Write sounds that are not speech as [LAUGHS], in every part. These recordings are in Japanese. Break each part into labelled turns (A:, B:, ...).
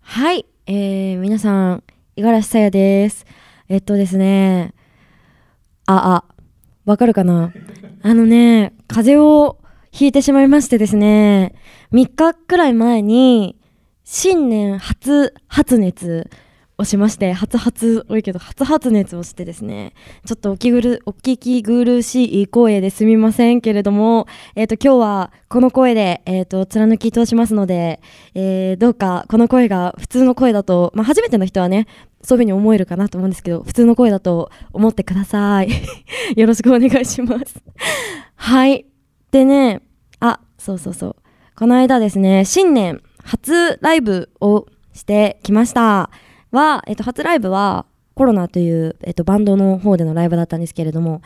A: はい、えー、皆さん、五十嵐さやです。えっとですね、あ、あ、わかるかなあのね、風邪をひいてしまいましてですね、3日くらい前に、新年初発熱をしまして、初発、多いけど、初発熱をしてですね、ちょっとおきぐる、お聞き苦しい声ですみませんけれども、えっ、ー、と、今日はこの声で、えっ、ー、と、貫き通しますので、えー、どうかこの声が普通の声だと、まあ、初めての人はね、そういうふうに思えるかなと思うんですけど、普通の声だと思ってください。よろしくお願い [LAUGHS] します。はい。でね、あ、そうそうそう。この間ですね、新年初ライブをしてきました。は、えっと、初ライブはコロナという、えっと、バンドの方でのライブだったんですけれども、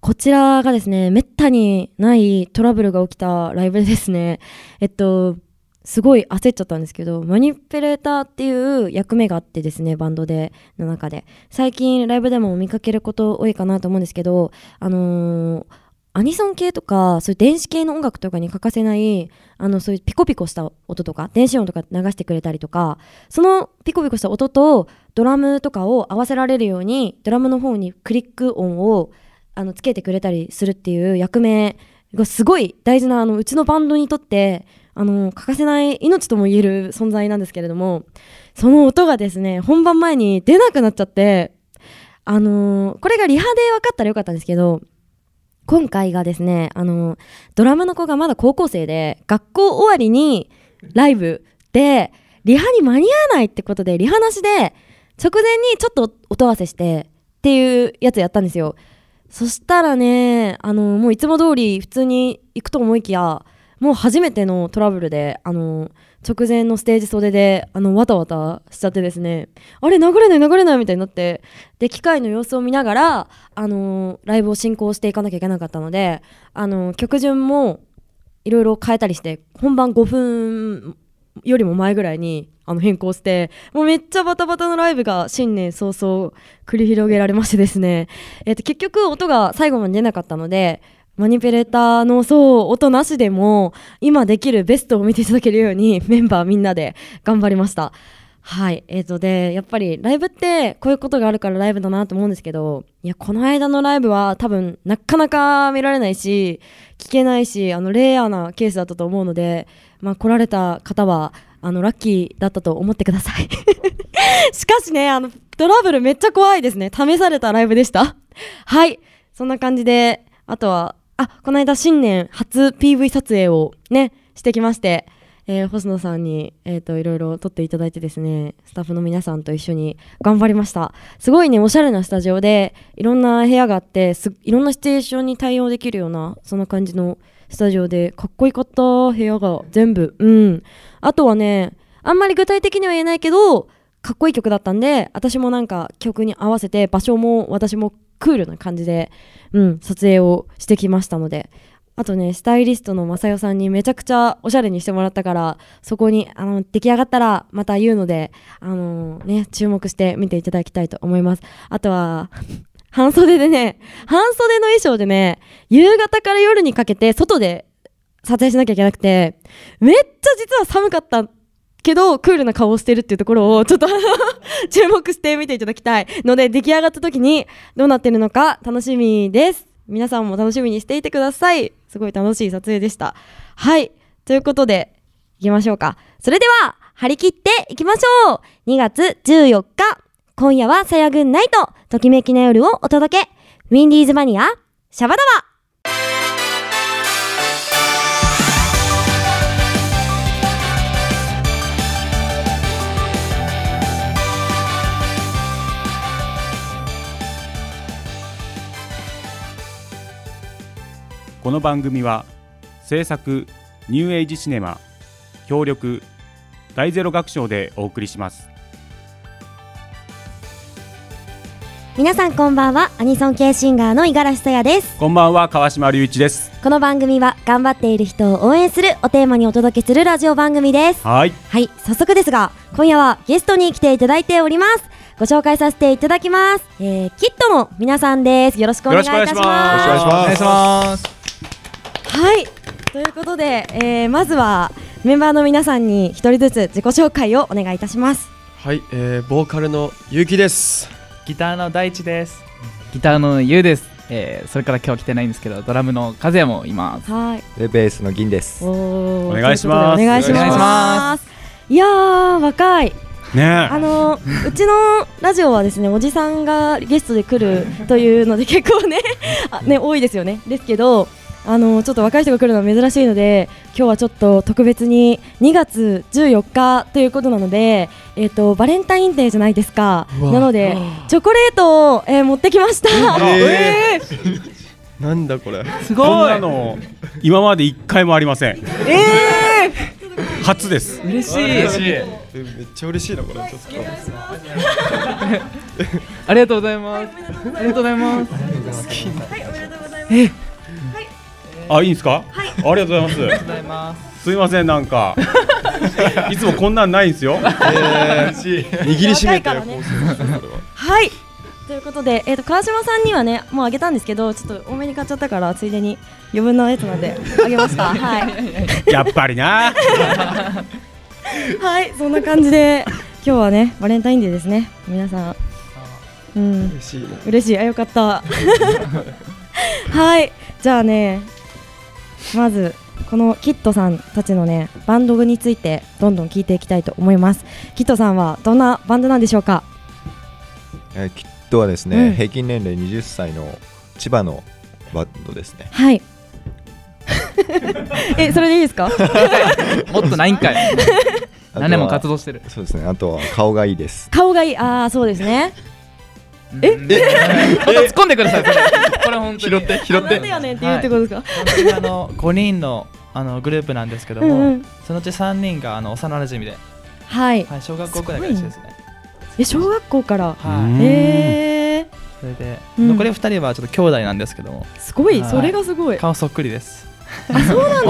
A: こちらがですね、めったにないトラブルが起きたライブでですね、えっと、すごい焦っちゃったんですけど、マニピュレーターっていう役目があってですね、バンドで、の中で。最近ライブでも見かけること多いかなと思うんですけど、あのー、アニソン系とか、そういう電子系の音楽とかに欠かせない、あの、そういうピコピコした音とか、電子音とか流してくれたりとか、そのピコピコした音とドラムとかを合わせられるように、ドラムの方にクリック音を、あの、つけてくれたりするっていう役目がすごい大事な、あの、うちのバンドにとって、あの、欠かせない命とも言える存在なんですけれども、その音がですね、本番前に出なくなっちゃって、あのー、これがリハで分かったらよかったんですけど、今回がですね、あのー、ドラムの子がまだ高校生で、学校終わりにライブで、リハに間に合わないってことで、リハなしで、直前にちょっと音合わせしてっていうやつやったんですよ。そしたらね、あのー、もういつも通り普通に行くと思いきや、もう初めてのトラブルで、あの、直前のステージ袖で、あの、わたわたしちゃってですね、あれ、流れない、流れないみたいになって、で、機械の様子を見ながら、あの、ライブを進行していかなきゃいけなかったので、あの、曲順もいろいろ変えたりして、本番5分よりも前ぐらいに、あの、変更して、もうめっちゃバタバタのライブが新年早々繰り広げられましてですね、えっ、と、結局音が最後まで出なかったので、マニピュレーターのそう音なしでも今できるベストを見ていただけるように [LAUGHS] メンバーみんなで頑張りましたはいえっ、ー、とでやっぱりライブってこういうことがあるからライブだなと思うんですけどいやこの間のライブは多分なかなか見られないし聞けないしあのレアなケースだったと思うのでまあ来られた方はあのラッキーだったと思ってください [LAUGHS] しかしねあのトラブルめっちゃ怖いですね試されたライブでした [LAUGHS] はいそんな感じであとはあ、この間新年初 PV 撮影をね、してきまして、えー、星野さんに、えっ、ー、と、いろいろ撮っていただいてですね、スタッフの皆さんと一緒に頑張りました。すごいね、おしゃれなスタジオで、いろんな部屋があって、いろんなシチュエーションに対応できるような、そんな感じのスタジオで、かっこよかった、部屋が全部。うん。あとはね、あんまり具体的には言えないけど、かっこいい曲だったんで、私もなんか曲に合わせて、場所も私もクールな感じで、うん、撮影をしてきましたので。あとね、スタイリストのまさよさんにめちゃくちゃおしゃれにしてもらったから、そこに、あの、出来上がったらまた言うので、あのー、ね、注目して見ていただきたいと思います。あとは、半袖でね、半袖の衣装でね、夕方から夜にかけて外で撮影しなきゃいけなくて、めっちゃ実は寒かったけど、クールな顔をしてるっていうところを、ちょっと [LAUGHS] 注目して見ていただきたいので、出来上がった時にどうなってるのか楽しみです。皆さんも楽しみにしていてください。すごい楽しい撮影でした。はい。ということで、行きましょうか。それでは、張り切っていきましょう !2 月14日、今夜はさやぐんナイト、ときめきな夜をお届け、ウィンディーズマニア、シャバダバ
B: この番組は制作ニューエイジシネマ協力大ゼロ学賞でお送りします
A: 皆さんこんばんはアニソン系シンガーの五十嵐さやです
B: こんばんは川島隆一です
A: この番組は頑張っている人を応援するおテーマにお届けするラジオ番組です
B: はい
A: はい早速ですが今夜はゲストに来ていただいておりますご紹介させていただきます、えー、キットの皆さんですよろしくお願いいたしますよろしくお
C: 願いします
A: はい、ということで、えー、まずはメンバーの皆さんに一人ずつ自己紹介をお願いいたします。
D: はい、えー、ボーカルのゆうきです。
E: ギターの大地です。
F: ギターのゆうです、えーそれから今日来てないんですけどドラムの和也もいます
A: はい。
G: でベースの銀です。
A: おー
B: お願いし
A: というこ
B: ます
A: とでお願いし
E: お願いし
A: ま。
E: ます
A: いやー若い
B: ねえ
A: あのうちのラジオはですねおじさんがゲストで来るというので結構ねあね多いですよねですけどあのちょっと若い人が来るのは珍しいので今日はちょっと特別に2月14日ということなのでえっ、とバレンタインデーじゃないですか
D: うわ
A: なのでチョコレートを、えー持ってきました、
D: えー、なんだこれ。
E: す
B: こん
E: ごい
B: なの今まで一回もありません。
E: え
B: 初です。
E: 嬉しい
D: えめっちゃ嬉しいなこれ。ちょっと
A: [LAUGHS]
F: ありがとうございますありがとうございます
B: あ、いいんですか。ありがとうございます。すいません、なんか。
E: [LAUGHS]
B: いつもこんなんないんですよ。
D: 握りしめて
A: 若いからね
D: こうするんですよこれは
A: はいということで、えー、と川島さんにはねもうあげたんですけどちょっと多めに買っちゃったからついでに余分なやつなんであげましたはい
B: やっぱりな。
A: はいそんな感じで今日はねバレンタインデーですね皆さんうん
D: 嬉しいな。
A: 嬉しいあよかったはいじゃあねまずこのキットさんたちのねバンドについてどんどん聞いていきたいと思いますキットさんはどんなバンドなんでしょうか
G: えー、きっとはですね、
A: うん
G: 平均年齢20歳の千葉のバンドですね。
A: はいえそれでいいですか
F: [LAUGHS] もっとないんかい何年も活
G: 動。
F: 動してる
G: そうですね。あとは顔がいいです。
A: 顔がいいああそうです [LAUGHS] ね
F: え [LAUGHS] え突っ込んでくだ
E: [LAUGHS]
F: さいこれこれ本当に拾って
A: 拾なんでやねんって言うってことですか、
E: 本当にあの5人のあのグループなんですけども、
A: うんうん
E: そのうち3人があの幼馴染で、
A: はい、
E: はい、小学校くらいから一緒ですね。
A: え小学校から
E: はい、
A: へえ
E: それで、
A: うん
E: 残り2人はちょっと兄弟なんですけども、
A: すごい
E: はい
A: それがすごい
E: 顔そっくりです。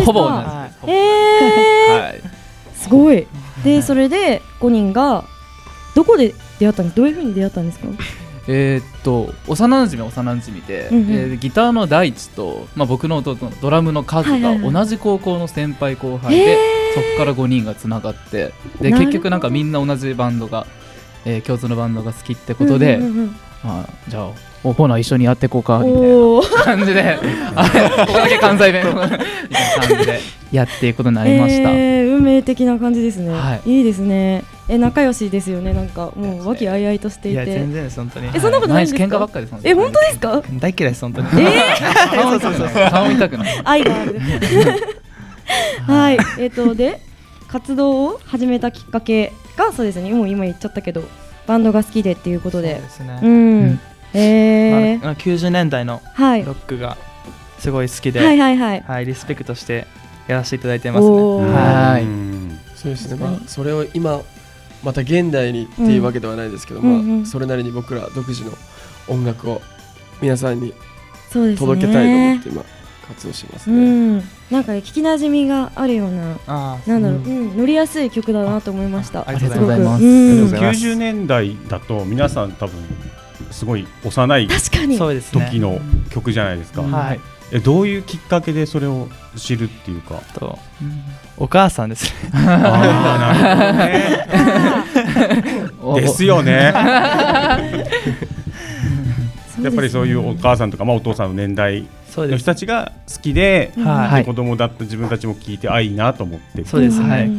F: ほぼ同じ
E: は
A: へ
E: い、
A: え、
F: はい
A: すごいでそれで5人がどこで出会ったんですどういうふうに出会ったんですか
F: えーっと幼馴染は幼馴染で、
A: うんうん
F: えーギターの大地と、まあ、僕の弟のドラムの和
A: はいはい
F: が
A: はい
F: 同じ高校の先輩後輩で、
A: へ
F: そこから5人がつながってで
A: なるほど
F: 結局なんかみんな同じバンドが、えー共通のバンドが好きってことで、
A: うんうんうん
F: まあ、じゃあおほな一緒にやっていこうかみたいな
A: おー
F: 感じであここだけ関西弁みたいな感じでやっていくことになりました。
A: えー運命的な感じですね、、
F: はい
A: いですねえ仲良しですよねなんかもう和気あいあいとして
E: い
A: い
E: や、
A: て
E: 全然です、本当に。
A: えそんなことないんですか
F: 毎日喧嘩ばっかりです
A: え本当ですか
E: 大嫌いです、本 [LAUGHS] 当に。
A: えー
F: 顔見たくない顔見たくな
E: [LAUGHS]
F: い
A: 愛がある。はい、えっ、と、で、活動を始めたきっかけが、そうですね、もう今言っちゃったけど。バンドが好きでっていうことで
E: そう。です
A: う
E: ね。
A: ん。えー
E: まあ90年代の
A: はい。
E: ロ
A: は
E: ックがすごい好きで、
A: いはいはい。
E: はい、リスペクトしてやらせていただいてますね。
A: おー
F: はい
B: うん
D: そうですね。
A: 確かに
D: まあそれを今また現代にっていうわけではないですけど、
A: うんうんう
D: ま
A: ん
D: あそれなりに僕ら独自の音楽を皆さんに
A: そうですね。
D: 届けたいと思って今活動してます
A: う
D: ね。
A: ん、なんかね聞きなじみがあるような、
E: あー
A: なんだろう、
D: う
A: うん、乗りやすい曲だなと思いました。
E: ありが
F: とうございます
A: ごくうん
G: ありがとうございます
B: 90年代だと皆さん多分すごい幼い
A: 確かに。
E: そうですね。
B: 時の曲じゃないですか、
E: はい。
B: えどういうきっかけでそれを知るっていうか
E: とお母さんですね。
B: あーなるほ
E: [LAUGHS]
B: どね [LAUGHS] ですよねやっぱりそういうお母さんとか、まあ、お父さんの年代
E: そう
B: の
E: で
B: 人
E: す。
B: たちが好きで
E: は。
F: はいい
B: 子供だった自分たちも聞いてあいいなと思って
E: そうですね。
A: はい。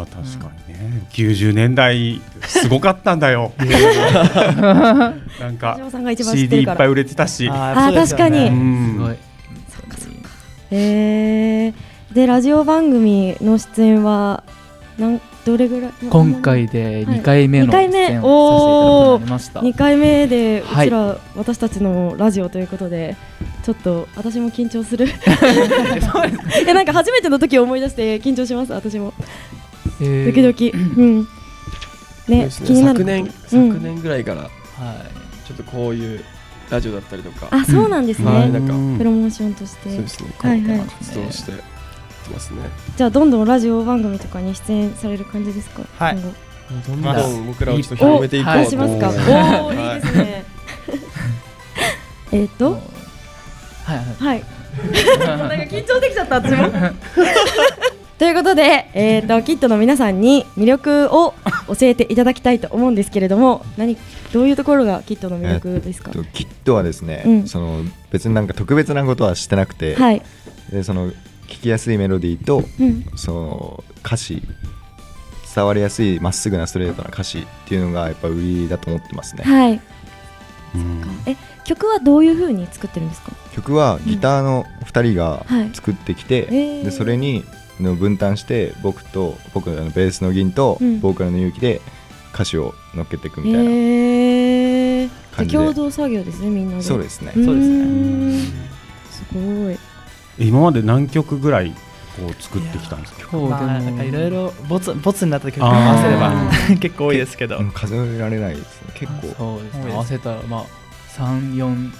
B: ああ確かにね、90年代すごかったんだよなん
A: 小
B: か
A: 島さんが一番知って
B: CD い
A: る
B: っ
A: か
B: ぱい
A: ら。
B: 売れてたし
E: あ
A: あー
E: そうですよ
A: 確か
B: う
A: に
F: すごい
B: ん
A: えー、でラジオ番組の出演はなんどれぐらい
F: 今回で2回目の出
A: はい二回目
F: 演をさせていただくことになりました、
A: 2回目でう
F: はい
A: ちら、私たちのラジオということでちょっと私も緊張
F: [LAUGHS]
A: する [LAUGHS] いやなんか初めての時を思い出して緊張します私も
F: えー
A: ドキドキ、うん
D: そう
A: ね
D: ですね
A: 気になる
D: 昨年昨年ぐらいから
F: は
D: ちょっとこういうラジオだったりとか、
A: あそうなんですね、
D: はいなんか
A: プロモーションとして
D: そうですね。
A: はいはい
D: 活動してますね。
A: じゃあどんどんラジオ番組とかに出演される感じですか
E: はい
A: 今後
D: どん
E: ま
D: ど
E: あ
D: ん僕らをちょっと広めていこうと
F: は
A: ど
F: いう
A: しますか。おおー、いいです
F: [LAUGHS]
A: ね。えっと、
F: はいはい [LAUGHS]
A: はい。なんか緊張できちゃった、私も。ということで、えー、とキッドの皆さんに魅力を教えていただきたいと思うんですけれども何どういうところがキッドの魅力ですか、
G: えっとキットはですね、
A: うん
G: その別になんか特別なことはしてなくて、
A: はい、
G: でその聞きやすいメロディーと、
A: うん
G: その歌詞伝わりやすいまっすぐなストレートな歌詞っていうのがやっぱ売りだと思ってますね、
A: はい、
B: うん
A: え曲はどういうふうに作ってるんですか
G: 曲はギターの2人が
A: はい
G: 作ってきて、
A: へー
G: でそれにの分担して僕と僕のあのベースの銀と
A: うん
G: ボーカルの勇気で歌詞を乗っけていくみたいな、
A: えー、じゃあ
G: 感じで
A: 共同作業ですねみんなで
G: そうですね、
A: ーん
F: そうです
A: すごい
B: 今まで何曲ぐらいこう作ってきたんですか
F: 今
E: まあ、なんかいろいろボツボツになった曲に合
B: あ
E: わ
B: ー
E: せれば [LAUGHS] 結構多いですけど、
G: うん数えられないですね結構
F: そうです
E: 多いで
F: ね
E: す
F: 合わせたらまあ3 4
E: うん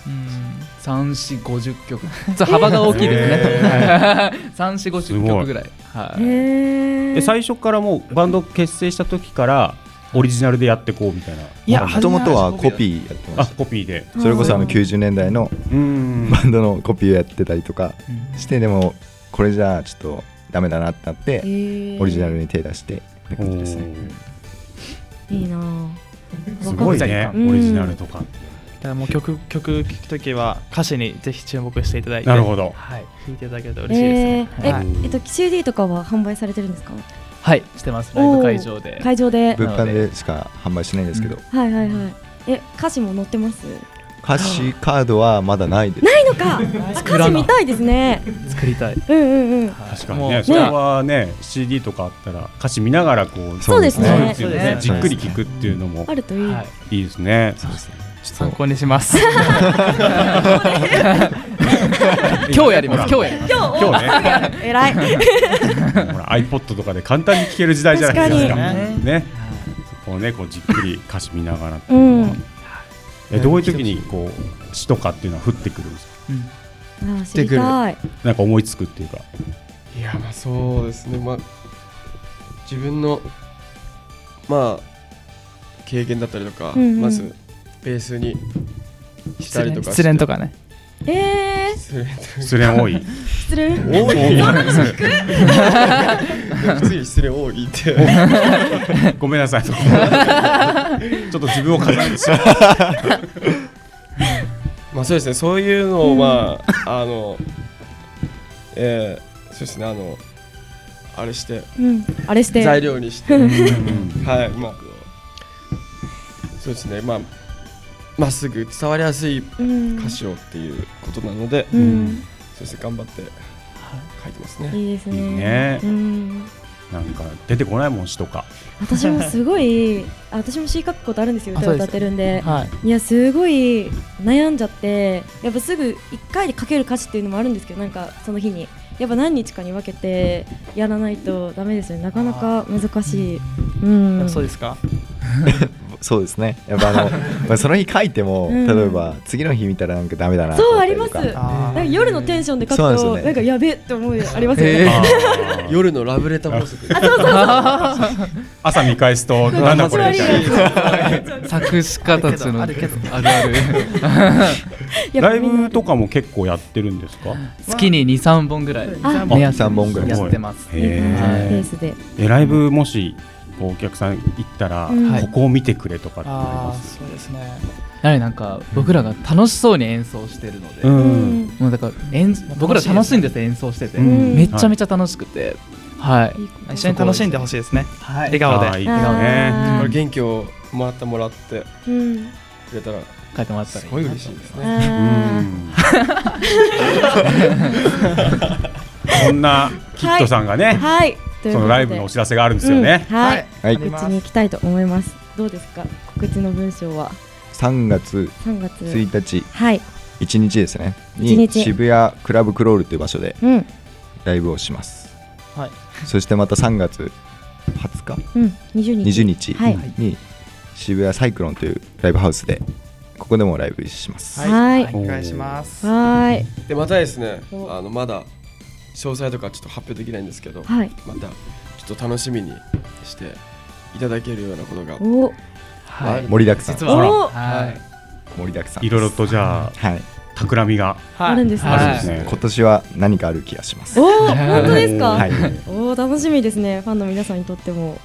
F: 三四五十 [LAUGHS] 曲。ちょっと幅が大きいですね。 [LAUGHS] 三四五十曲ぐらい。は
A: へ
F: い。
A: え
B: え最初からもうバンド結成した時からオリジナルでやってこうみたいない
E: や
G: もともとはコピーやってま
B: あ
G: し
B: コピーで
G: たそれこそあの90年代の
B: うん
G: バンドのコピーをやってたりとかしてでもこれじゃあちょっとダメだなってなってオリジナルに手出してって感じですね
A: いいなぁ
B: すごいね
A: うん
B: オリジナルとかって
E: だからもう曲曲聴くときは歌詞にぜひ注目していただいて
B: なるほど
E: はい聴いていただけると嬉しいです
A: え
E: ね
A: ー、、え
E: はい、
B: い
A: えっと CD とかは販売されてるんですか
F: はい、してます。ライブ会場で。
A: 会場で
G: 物販でしか販売しないんですけど
A: はいはいはいえ歌詞も載ってます
G: 歌詞カードはまだ
A: [LAUGHS]
G: ないです
A: ないのか歌詞見たいですね
E: 作りたい
A: うんうんうん
E: はい
B: 確か
E: も
B: に
E: う
B: ねそれはね CD とかあったら歌詞見ながらこう
A: そうですね
B: そうですよ
E: そう
B: ね
E: ですね
B: じっくり聞くっていうのも
A: あるといい、
E: はい
B: いいですね
G: そうですねちょ
F: 参
G: っと
F: 考にします。今日やります。今日やります。
A: 今日
B: 今日ね
A: えらい
B: ほら iPod とかで簡単に聴ける時代じゃないです
A: 確
B: か
E: かに
B: ねそこをねこうじっくり歌詞見ながら
A: うんあ
B: えどういう時にこう詩とかっていうのは降ってくるんですか
A: ー知りたい
B: なんか思いつくっていうか
D: いやまあそうですねまあ自分のまあ経験だったりとか、
A: うんうん
D: まずベースにした
E: 失
D: り
E: 恋
D: とか
E: 失恋とかね
A: えー
D: 失恋とか
B: 失恋多い
A: 失礼
B: 多い
D: 普通に失恋多いって [LAUGHS]
B: ごめんなさいちょっと自分を重ねてしまう
D: [LAUGHS] まあそうですねそういうのをまあ、あのえー、そうですねあのあれして
A: うんあれして
D: 材料にして
B: うん
D: [LAUGHS] はいまあそうですねまあまっすぐ伝わりやすい
A: うん
D: 歌詞をっていうことなので、
A: うん
D: そして頑張って書いてますね。
A: いいです
B: いい
A: ね
B: ね
A: うん
B: なんか出てこないもん詩とか
A: 私もすごいあ私も詩書くことあるんですよ
E: あ
A: 歌を
E: そう
A: 歌
E: です
A: ってるんで
E: はい
A: いやすごい悩んじゃってやっぱすぐ1回で書ける歌詞っていうのもあるんですけどなんかその日にやっぱ何日かに分けてやらないとダメですよねなかなか難しいうん
E: やっぱそうですか
G: そうですねやっぱあ
A: [LAUGHS]
G: のまあその日書いても
A: うん
G: 例えば次の日見たらなんかダメだなと
A: そう
G: 思っ
A: あ
G: たり
A: りま
G: と
A: す
G: か
A: なん
E: あ
A: か夜のテンションで書く
G: そうなんです
A: と
G: よ
A: な
G: ね
A: んかやべえって思うありますよ [LAUGHS]
F: へ
A: ね
F: ー
B: 夜
D: [LAUGHS] 夜のラブレター放送で
B: 朝見返すとなんだこれみたいな
F: 作詞家たちの
E: あるけど
F: あるあ
A: [LAUGHS]
F: る
B: [LAUGHS] ライブとかも結構やってるんですか
F: 月に二三本ぐらい
A: あ
F: 目安
G: 三本ぐらい
F: やってます。
A: ー
B: へ
A: ペー
B: え
A: スで
B: えライブもしこうお客さん行ったら、
A: うん
B: ここを見てくれとかって
E: あ
B: あ
E: あそうですね
F: やはりなんか僕らが楽しそうに演奏してるので、
B: ります、うん
F: もうだから演僕ら楽しいんですよ演奏してて、
A: ん
F: めっちゃめちゃ楽しくて、はい、
A: いいこと
E: 一緒に楽しんでほしいですね
F: は
E: 笑
B: あ
E: 顔
B: ー
E: で
B: いいですね
A: あー
D: 元気をもらってもらって
A: うん
D: くれたら
F: 書いてもらった
D: す
F: り
D: ごい嬉しいですね。
A: あ
B: うんそんなキッドさんがね、
A: ーはいということで
B: そのライブのお知らせがあるんですよね、
A: うんはい
G: はい
A: 告知に行きたいと思います。どうですか、告知の文章は
G: 3月
A: 3月
G: 1日
A: はい、
G: 1日ですね
A: 一
G: に
A: 日
G: 渋谷クラブクロールという場所で
A: うん、
G: ライブをします
E: はい
G: そしてまた3月20日
A: うん、20日、
G: 20日
A: はい
G: に渋谷サイクロンというライブハウスでここでもライブします
A: はいはい
E: お願いします
A: はーい、
D: でまたですね
A: お
D: あのまだ詳細とかちょっと発表できないんですけど、
A: はい、
D: またちょっと楽しみにしていただけるようなことが
A: お、
E: はい
G: 盛りだくさん
F: 実
A: お
F: は
A: ー
F: はい
G: 盛りだくさん
B: いろいろとじゃあ
G: はい
B: 企みが
A: あるんですね
B: あるんですね。
G: 今年は何かある気がします。
A: おお本当ですか、
G: はい
A: おお楽しみですねファンの皆さんにとっても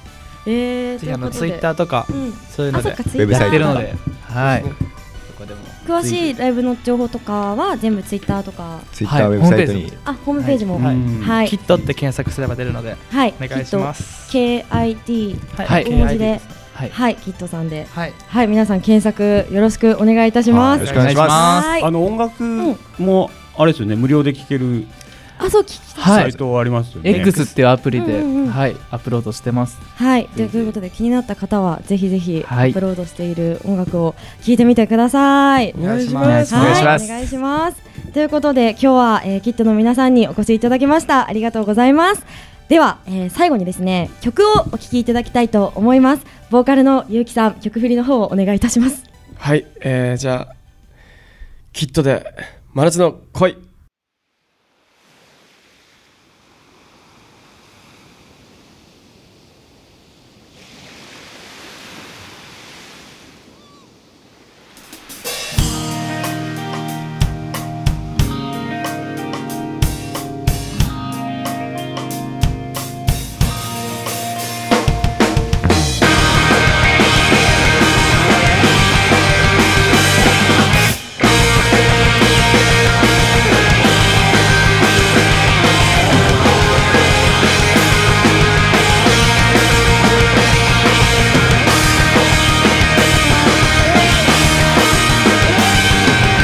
A: えー、
E: ぜひあのツイッターとか
A: うん
E: そういうので
A: あそっか
G: ウェブサ
E: や
G: イ
E: っ
G: トと
E: てる
G: か
E: ので、はい。
A: 詳しいライブの情報とかは全部ツイッターとか
G: ツイッターウェブサイトに
A: あホームページも
E: は
A: はいい、はい
E: キットって検索すれば出るので
A: はい、
E: お願いします。
A: KID
F: はい
A: 大文字で
E: KID
F: はい
A: はいキットさんで
E: はい。
A: はい皆さん検索よろしくお願いいたしま
G: はい
A: す
G: よろしくお願いしま
A: はい
B: あの音楽もあれですよね無料で聴ける
A: あそう聞きたい
F: は
B: サ
F: い
B: イ。トありますよね。
F: X っていうアプリで、
A: うんうんうん
F: はい、アップロードしてます。
A: はいということで気になった方はぜひぜひア
F: はい
A: ップロードしている音楽を聴いてみてください
E: お願いします。
A: はい
F: お願いします
A: お願いしますということで今日は、えー、キットの皆さんにお越しいただきましたありがとうございますでは、えー、最後にですね曲をお聴きいただきたいと思いますボーカルのゆうきさん曲振りの方をお願いいたします
D: はい、えー、じゃあ、キットで、真夏の恋。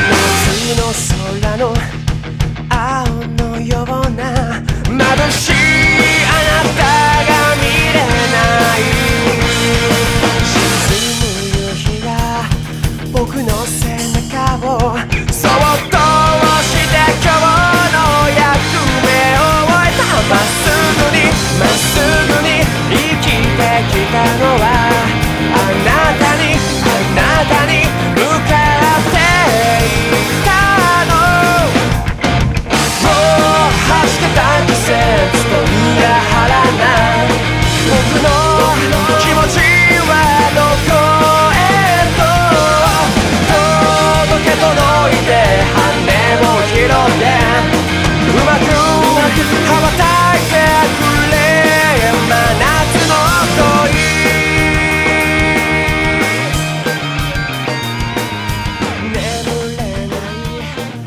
H: 夏の空の青のような眩しいあなたが見れない沈む夕日が僕の背中をそっと押して今日の役目を終えたまっすぐにまっすぐに生きてきたのはあなたにあなたに向かっていたのもうはじけた季節と見やはらない僕の気持ちはどこへと届け届いて羽を拾ってうまく羽ばたいてくれ真夏の恋眠れ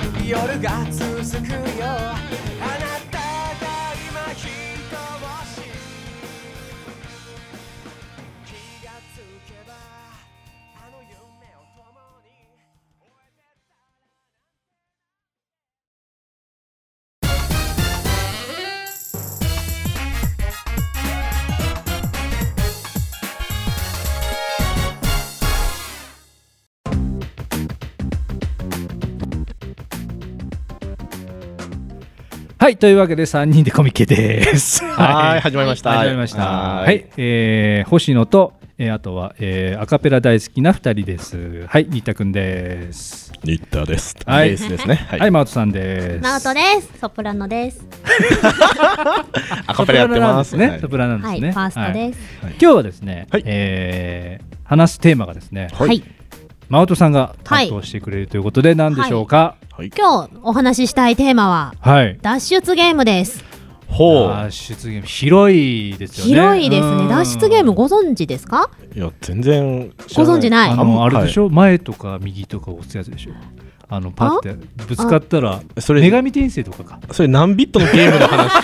H: ない夜が続くよあなたが今人を知る気がつけばあの夢を共に終えてた
I: はい、というわけで3人でコミケです。
D: はい、始まりました。
I: 始まりました。
D: は
I: はいい、えー星野と、えーあとは、えーアカペラ大好きな2人です。はい、新田くんです。
J: ニッターです。
I: はい
J: ベースですね。は
I: はい、マウトさんです。
K: ナオトです。ソプラノです。
J: [LAUGHS] アカペラやってます
I: ね、
J: はい
I: ソプラなんで
K: は
I: す
K: い、
I: ね。
K: ファースト
I: はい
K: です。
I: 今日はですね、
J: はい
I: えー話すテーマがですね、
K: はい、
I: マウトさんが担当してくれるということで、何でしょうか。
J: はい。
K: 今日お話ししたいテーマは
I: はい。
K: 脱出ゲームです。
J: ほう。
I: 脱出ゲーム広いですよね。
K: 広いですね。
I: うん
K: 脱出ゲームご存知ですか？
J: いや、全然。
K: ご存知ない
I: あ
J: あん
I: の
J: ま
I: あれでしょ、前とか右とか押すやつでしょあのパってぶつかったら
J: それ、
I: 女神転生とかか
J: それ何ビットのゲームの話。 [LAUGHS]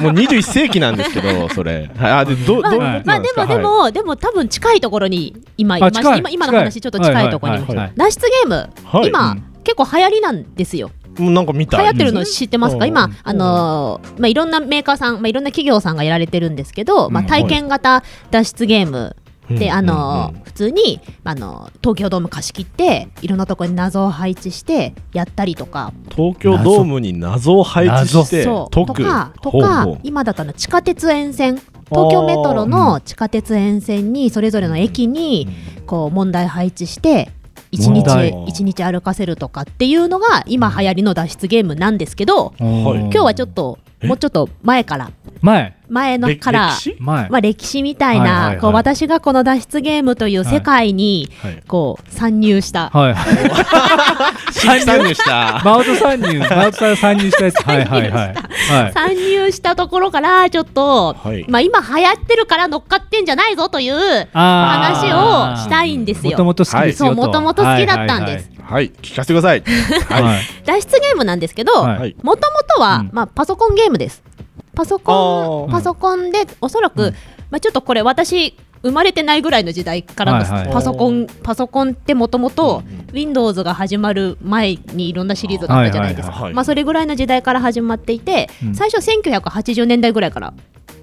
J: もう21世紀なんですけど、それ。はい、あ、で、ど、どういうこと
I: はい
K: ま
J: な
K: あ
J: ん
K: で
J: で
K: す
J: か
K: もで
J: は
K: もでも多分近いところに今い
I: あ
K: ま
I: 近
K: し
I: い
K: 今今の話ちょっと近いところにいま
I: はいはい
K: した。脱出ゲーム
J: はい
K: 今
I: う
K: 結構流行りなんですよ。
J: いもうなんか見た
K: 流行ってるの知ってますか？
J: うん
K: 今あのーまあいろんなメーカーさんまあいろんな企業さんがやられてるんですけど、まあ体験型脱出ゲームで、あのー普通に、あのー東京ドーム貸し切っていろんなところに謎を配置してやったりとか
J: 東京ドームに謎を配置して
K: そう
J: 解
K: と
J: く
K: かと
J: ほう
K: か
J: ほう
K: 今だったら地下鉄沿線東京メトロの地下鉄沿線にそれぞれの駅にこう問題配置して一
I: 問題
K: 日一日歩かせるとかっていうのが今流行りの脱出ゲームなんですけど
I: 今
K: 今日はちょっともうちょっと前から
I: 前
K: 前のから
I: 歴史前
K: まあ、歴史みたい
I: はいはいは
K: ないこう私がこの脱出ゲームという世界にこう参入した
I: はい。
J: 新規参入した。
I: マウント参入、マウントさん参入したやつ。はいはいはい。はい。
K: 参入したところからちょっと、
I: はい
K: まあ、今流行ってるから乗っかってんじゃないぞという
J: あ
K: 話
J: ー
K: をしたいんですよ。
J: 元々好きですよ
K: そう元
J: と
K: 々好きだったんです。
J: はい、聞かせて
K: [LAUGHS]
J: ください。はい。
K: 脱出ゲームなんですけど、
J: はい
K: もともとは、まあ、パソコンゲームです。パソコン、パソコンで、おそらく、まあ、ちょっとこれ私、生まれてないぐらいの時代から
I: はいはい
K: のパソコン、パソコンってもともと Windows が始まる前にいろんなシリーズがあったじゃないです
I: はいはい
K: か
I: は。い
K: まあそれぐらいの時代から始まっていて、
I: うん
K: 最初1980年代ぐらいから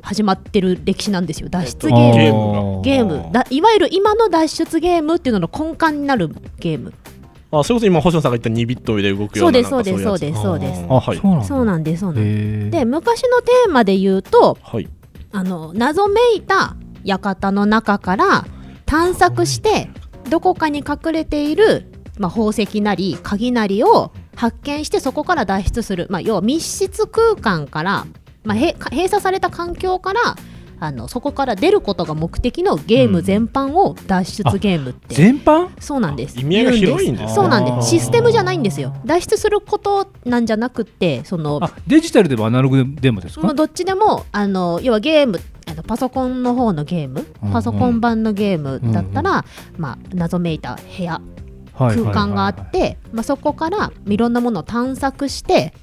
K: 始まってる歴史なんですよ。脱出ゲ
I: ゲ
K: ー
I: ー
K: ム。
I: ムが
K: ゲームだいわゆる今の脱出ゲームっていうのの根幹になるゲーム。
J: あ、それこそ今星野さんが言った2ビットで動くよ
K: そう
J: うな
K: です
J: なんかいやつ
K: そうですそうですそうです
J: あ、はい。
K: そうなんですそうなんです。
J: へ
K: で昔のテーマで言うと、
J: はい。
K: あの謎めいた館の中から探索してどこかに隠れている、まあ、宝石なり鍵なりを発見してそこから脱出する、まあ、要は密室空間から、まあ、へ閉鎖された環境からあのそこから出ることが目的のゲーム全般を脱出ゲームって、
I: 全般
K: そうなんです
J: 意味合いが広いん
K: 言
J: ですね
K: うそうなんですシステムじゃないんですよ脱出することなんじゃなくてその
I: あ、デジタルでもアナログでもです
K: も
I: か
K: うどっちでもあの要はゲームあのパソコンの方のゲーム、
I: うん
K: パソコン版のゲームだったら、まあ、謎めいた部屋、空間があって、まあ、そこからいろんなものを探索して、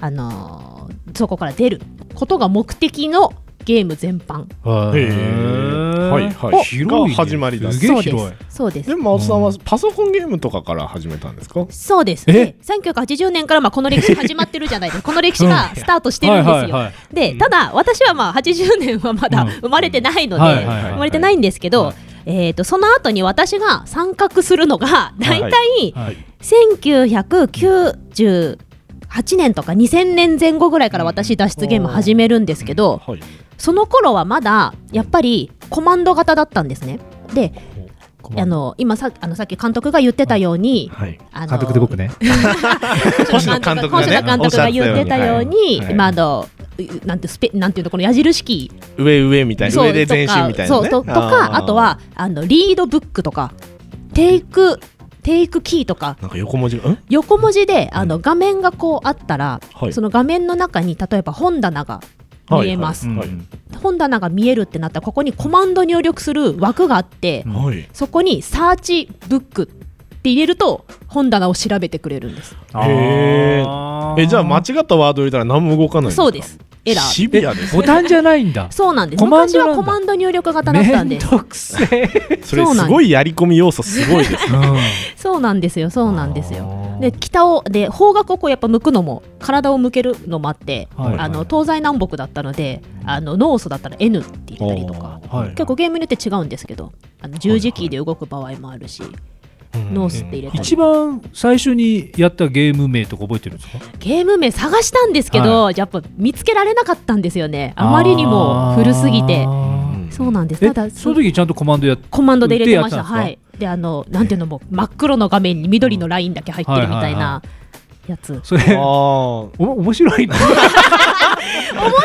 K: あのーそこから出ることが目的のゲーム全
J: [LAUGHS]
K: 般
I: はい
J: へーはいは
K: お
J: い。
K: 広いね
J: が始まりだ。
K: すげえ広いそうですそうです
J: でも、松さんはパソコンゲームとかから始めたんですか
K: そうですで1980年からまあこの歴史始まってるじゃない
J: [LAUGHS]
K: ですかこの歴史がスタートしてるんですよ、
J: はいはいは
K: でただ私はまあ80年はまだ生まれてないので、
I: はいはいはいはい
K: 生まれてないんですけど、えー、とその後に私が参画するのが大体
I: はい
K: 1998年とか2000年前後ぐらいから私脱出ゲーム始めるんですけど、その頃はまだやっぱりコマンド型だったんですね。であの今さあのさっき監督が言ってたように、あの
I: 監督
K: [LAUGHS]
I: で僕ね。
K: 星野監督がね監督が言ってたように、
J: はい
K: 今あのうなんてスペなんていうのこの矢印キー
J: 上上みたいな。
K: そう
J: 上で全身みたいな
K: とかそう
J: ね。
K: ととかあとはあのリードブックとかテイクテイクキーとか
J: なんか横文字が、ん
K: 横文字であの画面がこうあったら、
J: はい
K: その画面の中に例えば本棚が見えます、
J: はいはい
K: 本棚が見えるってなったらここにコマンド入力する枠があって、
J: はい
K: そこに「サーチブック」って入れると本棚を調べてくれるんです
J: へーえじゃあ間違ったワード入れたら何も動かないんですか
K: そうですエラー
J: シビアです
I: ボタンじゃないんだ
K: そうなんです
J: コマン
K: 昔
J: ドなんだ
K: はコマンド入力型だったんです [LAUGHS]
J: それ
K: そうな
J: す
K: んです
J: ごいやり込み要素すごいですね
K: そうなんですよそうなんですよで北をで方角をこうやっぱ向くのも体を向けるのもあって、
I: はい
K: あの東西南北だったのであのノースだったら N って言ったりとか
I: はい。
K: 結構ゲームによって違うんですけどあの十字キーで動く場合もあるし、ノースって入れたり
I: 一番最初にやったゲーム名とか覚えてるんですか
K: ゲーム名探したんですけど、
I: は
K: やっぱ見つけられなかったんですよねあまりにも古すぎてそうなんです
I: え
K: ただ
I: その時ちゃんとコマンドや
K: コマンドで入れてました
I: でやったん
K: は
I: です
K: いであのなんていうのも真っ黒の画面に緑のラインだけ入ってるみたい
I: うんはいはい
K: な
I: は
K: やつ、
I: それお面
K: [LAUGHS]
I: 白いな
K: 面白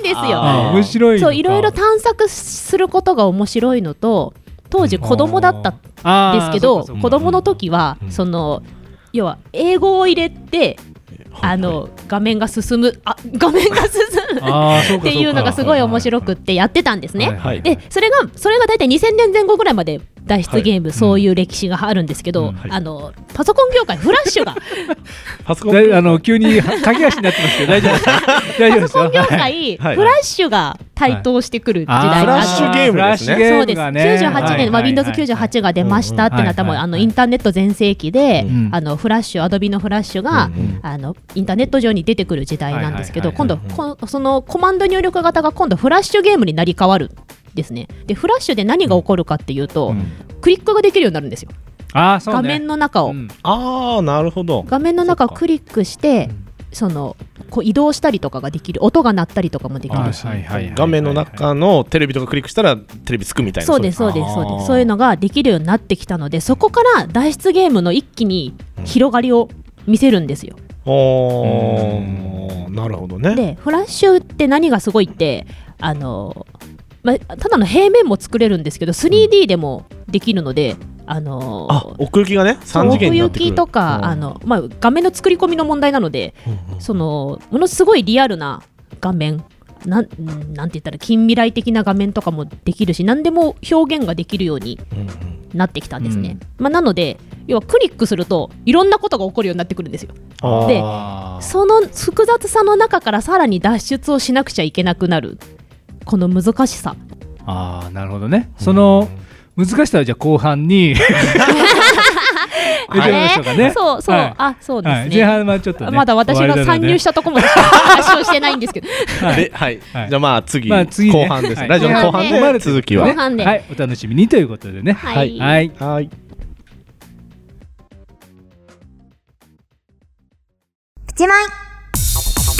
K: いんですよ
I: あー面白いのか
K: そういろいろ探索することが面白いのと当時子供だった
I: あ
K: ん
I: ー
K: ですけど
I: そうかそうか
K: 子供の時は、その要は英語を入れてあの画面が進むあ画面が進
I: あーそう
K: む
I: か
K: っていうのがすごい面白くってやってたんですね。
I: はいはい
K: でそれがそれが大体2000年前後ぐらいまで脱出ゲーム、
I: はい
K: そういう歴史があるんですけど、あのパソコン業界フラッシュが
I: だいあの急には駆け足になってますけど大丈夫で
K: [LAUGHS]
I: すか大丈夫ですよ
K: 業界、
I: はいはい
K: フラッシュが台頭してくる時代があって、
I: はいあーフラッシュゲームですね
K: そうです。
I: フラッシュゲームがね
K: 98
I: はいはいはい
K: 年、まあ Windows 98が出ましたってなったらもう
I: はいはいはい
K: あのインターネット全盛期で
I: うん、
K: あのフラッシュ、アドビのフラッシュがあのインターネット上に出てくる時代なんですけど、
I: はいは
K: 今
I: い
K: 度
I: は
K: こそのコマンド入力型が今度フラッシュゲームになり変わる。ですね、でフラッシュで何が起こるかっていうと、クリックができるようになるんですよ、
I: あーそう
K: 画
I: ね
K: 面の中を、
J: ああなるほど
K: 画面の中をクリックしてそのこう移動したりとかができる音が鳴ったりとかもできるし、
J: 画面の中のテレビとかクリックしたらテレビつくみたいな
K: そうですそうですそうですそういうの
J: の
K: ができるようになってきたのでそこから脱出ゲームの一気に広がりを見せるんですよ。
J: おーなるほどね
K: でフラッシュって何がすごいってあのまあ、ただの平面も作れるんですけど 3D でもできるので、あの
J: あ奥行きがね3次元
K: 奥
J: にな
K: 行
J: ってくる
K: きとか、あのまあ、画面の作り込みの問題なので、そのものすごいリアルな画面なんうんなんて言ったら近未来的な画面とかもできるし何でも表現ができるようになってきたんですね、まあ、なので要はクリックするといろんなことが起こるようになってくるんですよでその複雑さの中からさらに脱出をしなくちゃいけなくなるこの難しさ
I: ああなるほどねその難しさはじゃあ後半
K: [LAUGHS]
I: に [LAUGHS] 出てみましょうかね
K: えーそうそう、
I: はい
K: あそうですね、
I: はい前半はちょっとね
K: まだ私
I: 終わ
K: が
I: りなの
K: 参
I: で
K: 入したとこも [LAUGHS] 発症してないんですけど
J: ではい、じゃあまあ次,、
I: まあ次ね
J: 後半です、
I: はい
J: ラジオの後半
K: 後半
J: で
K: で
J: 続きは
K: 後半で
I: はい、お楽しみにということでね。
K: はい
I: はい。
J: はい。
L: プチマイ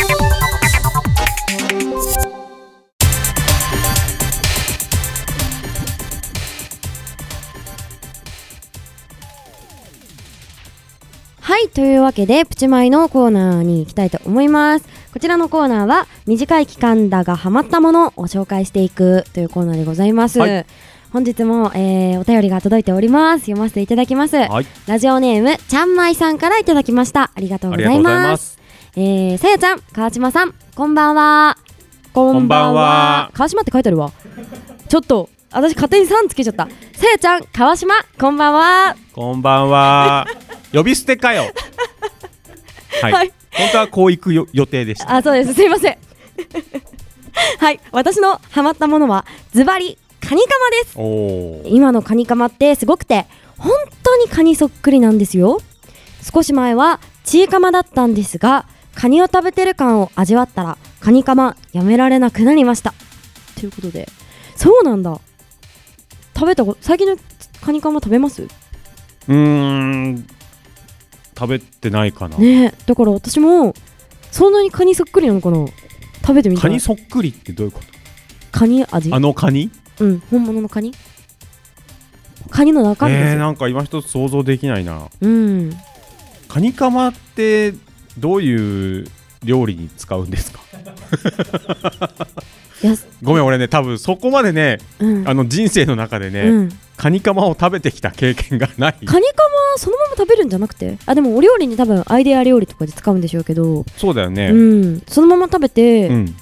A: はい、というわけで、プチマイのコーナーに行きたいと思います。こちらのコーナーは、短い期間だがハマったものを紹介していくというコーナーでございます。
M: はい
A: 本日も、えーお便りが届いております。読ませていただきます。
M: はい
A: ラジオネーム、ちゃんまいさんからいただきました。ありがとうございます。えーさやちゃん、川島さん、こんばんは。こ
M: んばんは
A: 川島って書いてあるわ。ちょっと、私勝手にさんつけちゃった。さやちゃん、川島、こんばんは。
B: こんばんは。呼び捨てかよ。はい。
A: [LAUGHS] はい
B: 本当はこう行くよ予定でした。
A: あ、そうです。すいません。 [LAUGHS] はい、私のハマったものはズバリカニカマです。
B: おお。
A: 今のカニカマってすごくて本当にカニそっくりなんですよ。少し前はチーカマだったんですが、カニを食べてる感を味わったらカニカマやめられなくなりました。ということで、そうなんだ。食べたこと最近のカニカマ食べます？
B: うーん。食べてないかな。
A: ねえ、だから私もそんなにカニそっくりなのかな。食べてみたい。
B: カニそっくりってどういうこ
A: カニ味
B: と？あのカニ？
A: うん、本物のカニカニの中身です
B: えー、
A: よ、
B: なんか今一つ想像できないな。
A: うん
B: カニカマってどういう料理に使うんですか
A: いや
B: ごめん俺ね多分そこまでね、
A: うん
B: あの人生の中でね、
A: うん
B: カニカマを食べてきた経験がない
A: カニカマそのまま食べるんじゃなくてあでもお料理に多分アイデア料理とかで使うんでしょうけど、
B: そうだよね、
A: うんそのまま食べて、
B: うん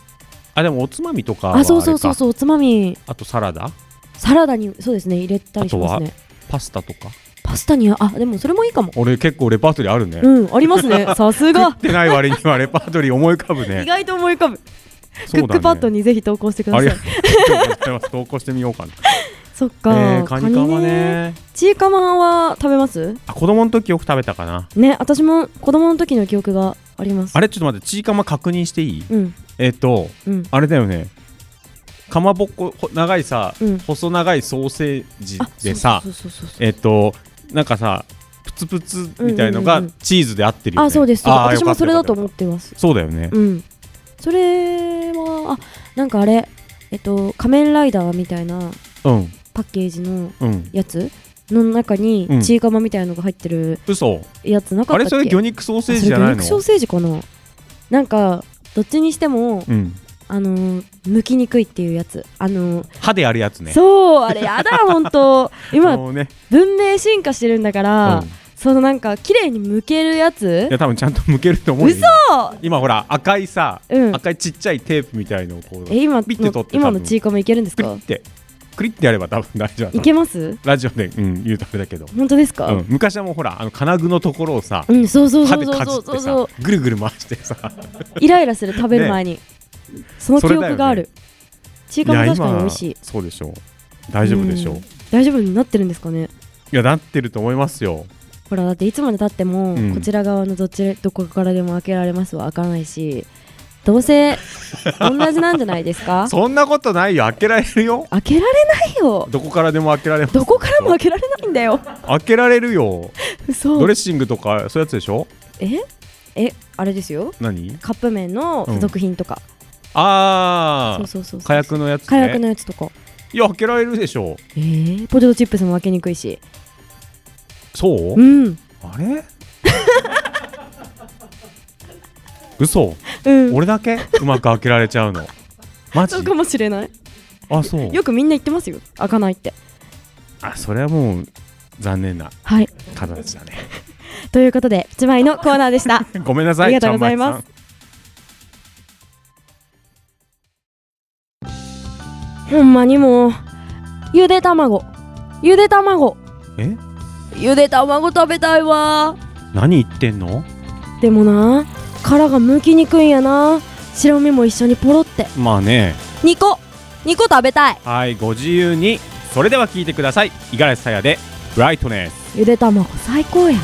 B: あでもおつまみとかは
A: あそうそうそうそう
B: あ
A: お
B: れか
A: つまみ
B: あとサラダ
A: サラダにそうですね入れた
B: あ
A: りし
B: と
A: ま
B: は
A: すね
B: パスタとか
A: パスタにあでもそれもいいかも
B: 俺結構レパートリーあるね
A: うんあります
B: [LAUGHS]
A: ねさすが
B: 食ってない割にはレパートリー思い浮かぶ
A: [LAUGHS]
B: ね
A: 意外と思い浮かぶ、
B: そ
A: ク
B: うだね
A: ックパッドにぜひ投稿してくだ
B: あ
A: さ
B: り
A: い
B: がとうございます投稿してみようかな
A: [LAUGHS] そっか、
B: えーカニカマね
A: チーカマは食べます
B: あ子供の時よく食べたかな
A: ね私も子供の時の記憶があります
B: あれちょっと待ってちいかま確認していい、
A: うん
B: えっ、と、
A: うん
B: あれだよねかまぼっこほ長いさ、
A: うん
B: 細長いソーセージでさ
A: そうそうそうそう
B: えっ、となんかさプツプツみたいの
A: う
B: が
A: んうんうん
B: チーズで合ってるよ、ね
A: あそうですそう
B: ー
A: です私
B: よか
A: も
B: った
A: それだ
B: よか
A: と
B: った
A: 思ってます
B: そうだよね、
A: うんそれはあなんかあれえっと仮面ライダーみたいな
B: うん
A: パッケージの
B: うん
A: やつの中に
B: うん
A: チーカマみたいのが入ってる
B: 嘘
A: やつなかったっけ
B: あれそれ魚肉ソーセージじゃない
A: あそ
B: の
A: れ魚肉ソーセージかななんかどっちにしても、
B: うん
A: あのー剥きにくいっていうやつあのー
B: 歯でやるやつね
A: そうあれや
B: [LAUGHS]
A: だ本当今
B: そうね
A: 文明進化してるんだから、
B: うん
A: そのなんか綺麗に剥けるやつ
B: いや多分ちゃんと剥けると思うよ
A: 嘘
B: 今今ほら赤いさ、
A: うん
B: 赤いちっちゃいテープみたいのをこう
A: え今
B: ピッて取
A: の
B: って
A: 今
B: 多
A: の
B: 分
A: チーカマいけるんですか
B: ってクリってやれば多分大丈夫だと思う
A: いけます
B: ラジオで、うん、言うとあれだけど
A: 本当ですか
B: うん、昔はもうほらあの金具のところをさ、
A: うんそうそうそうそう
B: 歯でかじって
A: そうそう
B: さぐるぐる回してさ
A: イライラする食べる前に、その記憶がある、チーカマ確かに美味しい
B: や今そうでしょう大丈夫でしょう、
A: うん
B: い
A: 大丈夫になってるんですかね
B: やなってると思いますよ
A: ほらだっていつまでたっても、
B: うん
A: こちら側のどっちどこからでも開けられますは開かないしどうせ同じなんじゃないですか
B: [LAUGHS] そんなことないよ開けられるよ
A: 開けられないよ
B: どこからでも開けられます
A: どこからも開けられないんだよ
B: 開けられるよ
A: 嘘
B: ドレッシングとかそういうやつでしょ
A: ええあれですよ
B: 何
A: カップ麺の付属品とか、
B: ああ
A: そうそうそうそう
B: 火薬のやつ、ね、
A: 火薬のやつとか
B: いや開けられるでしょ
A: えー、ポテトチップスも開けにくいし
B: そ
A: う
B: う、
A: ん
B: あれ嘘、
A: うん [LAUGHS]
B: 俺だけうまく開けられちゃうのマジ
A: そうかもしれない
B: あそう
A: よくみんな言ってますよ開かないって
B: あそれはもう残念な
A: はい
B: 形だね [LAUGHS]
A: ということで一枚のコーナーでした
B: ごめんなさい
A: ありがとうございますほんまにもうゆで卵ゆで卵
B: え
A: ゆで卵食べたいわ
B: 何言ってんの
A: でもな殻が剥きにくいんやな白身も一緒にポロって
B: まあね
A: 2個2個食べたい
B: はいご自由にそれでは聞いてください五十嵐さやでブライトネス
A: ゆで卵最高やん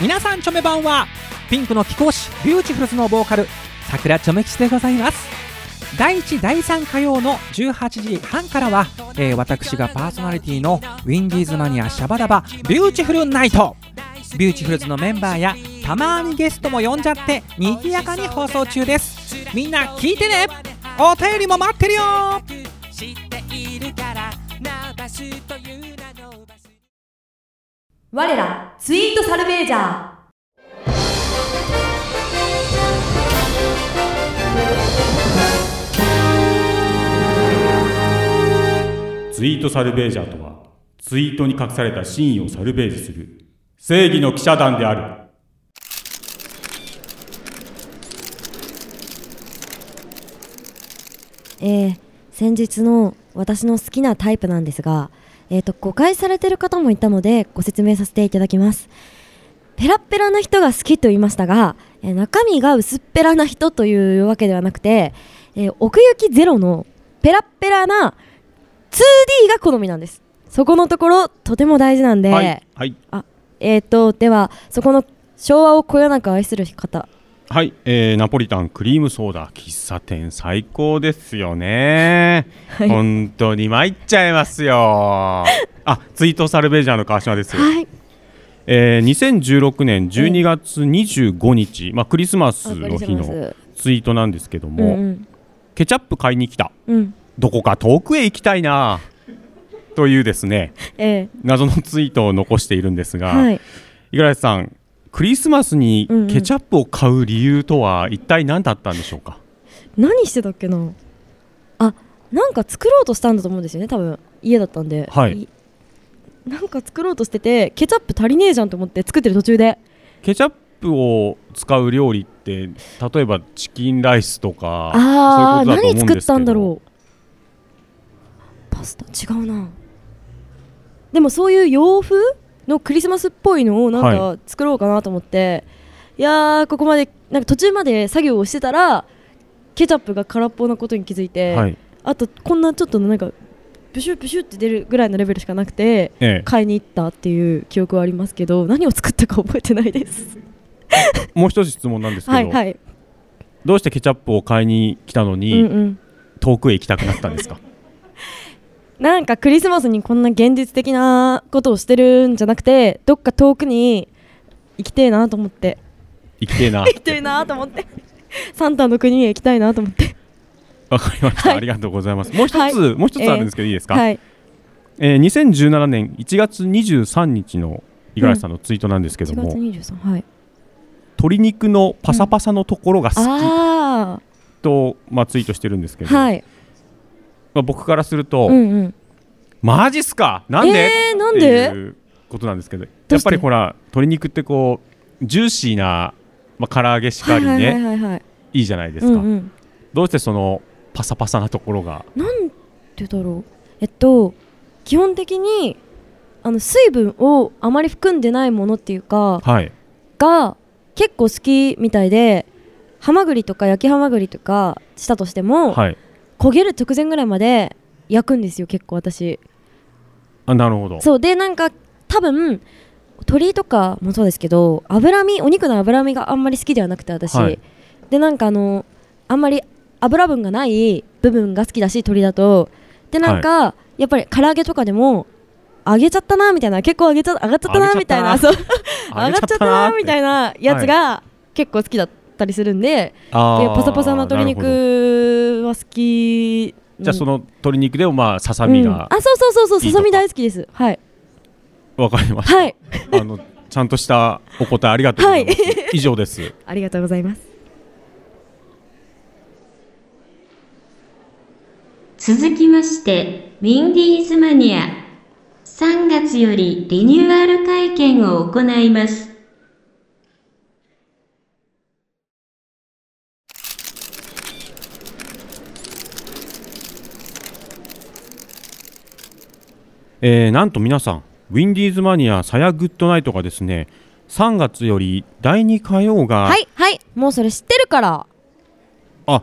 L: 皆さんチョメ版はピンクの貴公子ビューティフルズのボーカル桜チョメ吉でございます第1第3火曜の18時半からは、えー私がパーソナリティのウィンディーズマニアシャバダバビューティフルナイトビューティフルズのメンバーやたまにゲストも呼んじゃってにぎやかに放送中ですみんな聞いてねお便りも待ってるよ
M: 我らスイートサルベージャー
B: ツイートサルベージャーとはツイートに隠された真意をサルベージする正義の記者団である
A: えー先日の私の好きなタイプなんですが、えー、と誤解されてる方もいたのでご説明させていただきますペラッペラな人が好きと言いましたが、えー中身が薄っぺらな人というわけではなくて、えー奥行きゼロのペラッペラな 2D が好みなんですそこのところとても大事なんで、
B: はいはい
A: あえー、とではそこの昭和をこよなく愛する方
B: はい、えー、ナポリタンクリームソーダ喫茶店最高ですよね、
A: はい
B: 本当に参っちゃいま
A: [LAUGHS]
B: すよあツイートサルベージャーの川島です、
A: はい
B: えー、2016年12月25日、まあ、クリスマスの日
A: あクリスマ
B: の
A: ス
B: ツイートなんですけど
A: う
B: も、
A: ん
B: ケチャップ買いに来た
A: うんうん
B: どこか遠くへ行きたいなというですね
A: え
B: 謎のツイートを残しているんですが、
A: ー、はい
B: 五十嵐さんクリスマスに
A: うんうん
B: ケチャップを買う理由とは一体何だったんでしょうか、
A: 何してたっけなあなんか作ろうとしたんだと思うんですよね多分家だったんで、
B: はい
A: なんか作ろうとしててケチャップ足りねえじゃんと思って作ってる途中で
B: ケチャップを使う料理って例えばチキンライスとか
A: ああ
B: そういうことだと
A: 何
B: 思うん
A: 作
B: で
A: っ
B: すけ
A: た
B: ど
A: んだろうパスタ違うなでもそういう洋風のクリスマスっぽいのをなん
N: は
A: か作ろうかなと思って、い、やーここまでなんか途中まで作業をしてたらケチャップが空っぽなことに気づいて、
B: はい
A: あとこんなちょっとなんかプシュプシュって出るぐらいのレベルしかなくて、
B: ええ
A: 買いに行ったっていう記憶はありますけど何を作ったか覚えてないです。
B: もう一つ質問なんですけど、
A: はいはい
B: どうしてケチャップを買いに来たのに、
A: うんうん
B: 遠くへ行きたくなったん
A: [LAUGHS]
B: ですか
A: なんかクリスマスにこんな現実的なことをしてるんじゃなくてどっか遠くに行きてえなと思って
B: 行きてえな
A: 行きてえなと思ってサンタの国へ行きたいなと思って
B: わかりました、ありがとうございますもう一つ、
A: はい
B: もう一つあるんですけど、いいですか、
A: はい
B: えー2017年1月23日の五十嵐さんのツイートなんですけど
A: 1
B: も、
A: 月23はい
B: 鶏肉のパサパサのところが好き、
A: あ
B: と、まあ、ツイートしてるんですけ
A: あ
B: ど、
A: はい
B: まあ、僕からすると、
A: うんうん
B: マジっすかなんで、
A: えーなんで
B: っていうことなんですけどやっぱりほら鶏肉ってこうジューシーな、まあ、唐揚げしかりね、
A: はい
B: い
A: はいいはいはい
B: じゃないですか、
A: うんうん
B: どうしてそのパサパサなところが
A: なんてだろうえっと基本的にあの水分をあまり含んでないものっていうか、
B: はい
A: が結構好きみたいでハマグリとか焼きハマグリとかしたとしても、
B: はい
A: 焦げる直前ぐらいまで焼くんですよ結構私
B: あなるほど
A: そうでなんか多分鶏とかもそうですけど脂身お肉の脂身があんまり好きではなくて私、
B: はい
A: でなんかあのあんまり脂分がない部分が好きだし鶏だとでなんか、やっぱり唐揚げとかでも揚げちゃったなみたいな結構揚げちゃ上がっちゃったなみたいな [LAUGHS] そう上がっちゃったなみたいなやつが結構好きだったりするんで,、
B: あ
A: で
B: ー
A: パサパサな鶏
B: な
A: 肉は好き
B: じゃあその鶏肉でもまあささ
A: うん
B: み
A: うん
B: が
A: あそうそうそうそう
B: いい
A: ささみ大好きですはい
B: わかりました、
A: はい
B: あのちゃんとしたお答えありがとうご
A: は
B: ざい
A: い
B: ます、以上です
A: ありがとうございます
N: 続きまして、ウィンディーズマニア。3月よりリニューアル会見を行います。
B: えーなんと皆さんウィンディーズマニアさやグッドナイトがですね3月より第2火曜が、
A: はいはいもうそれ知ってるから
B: あ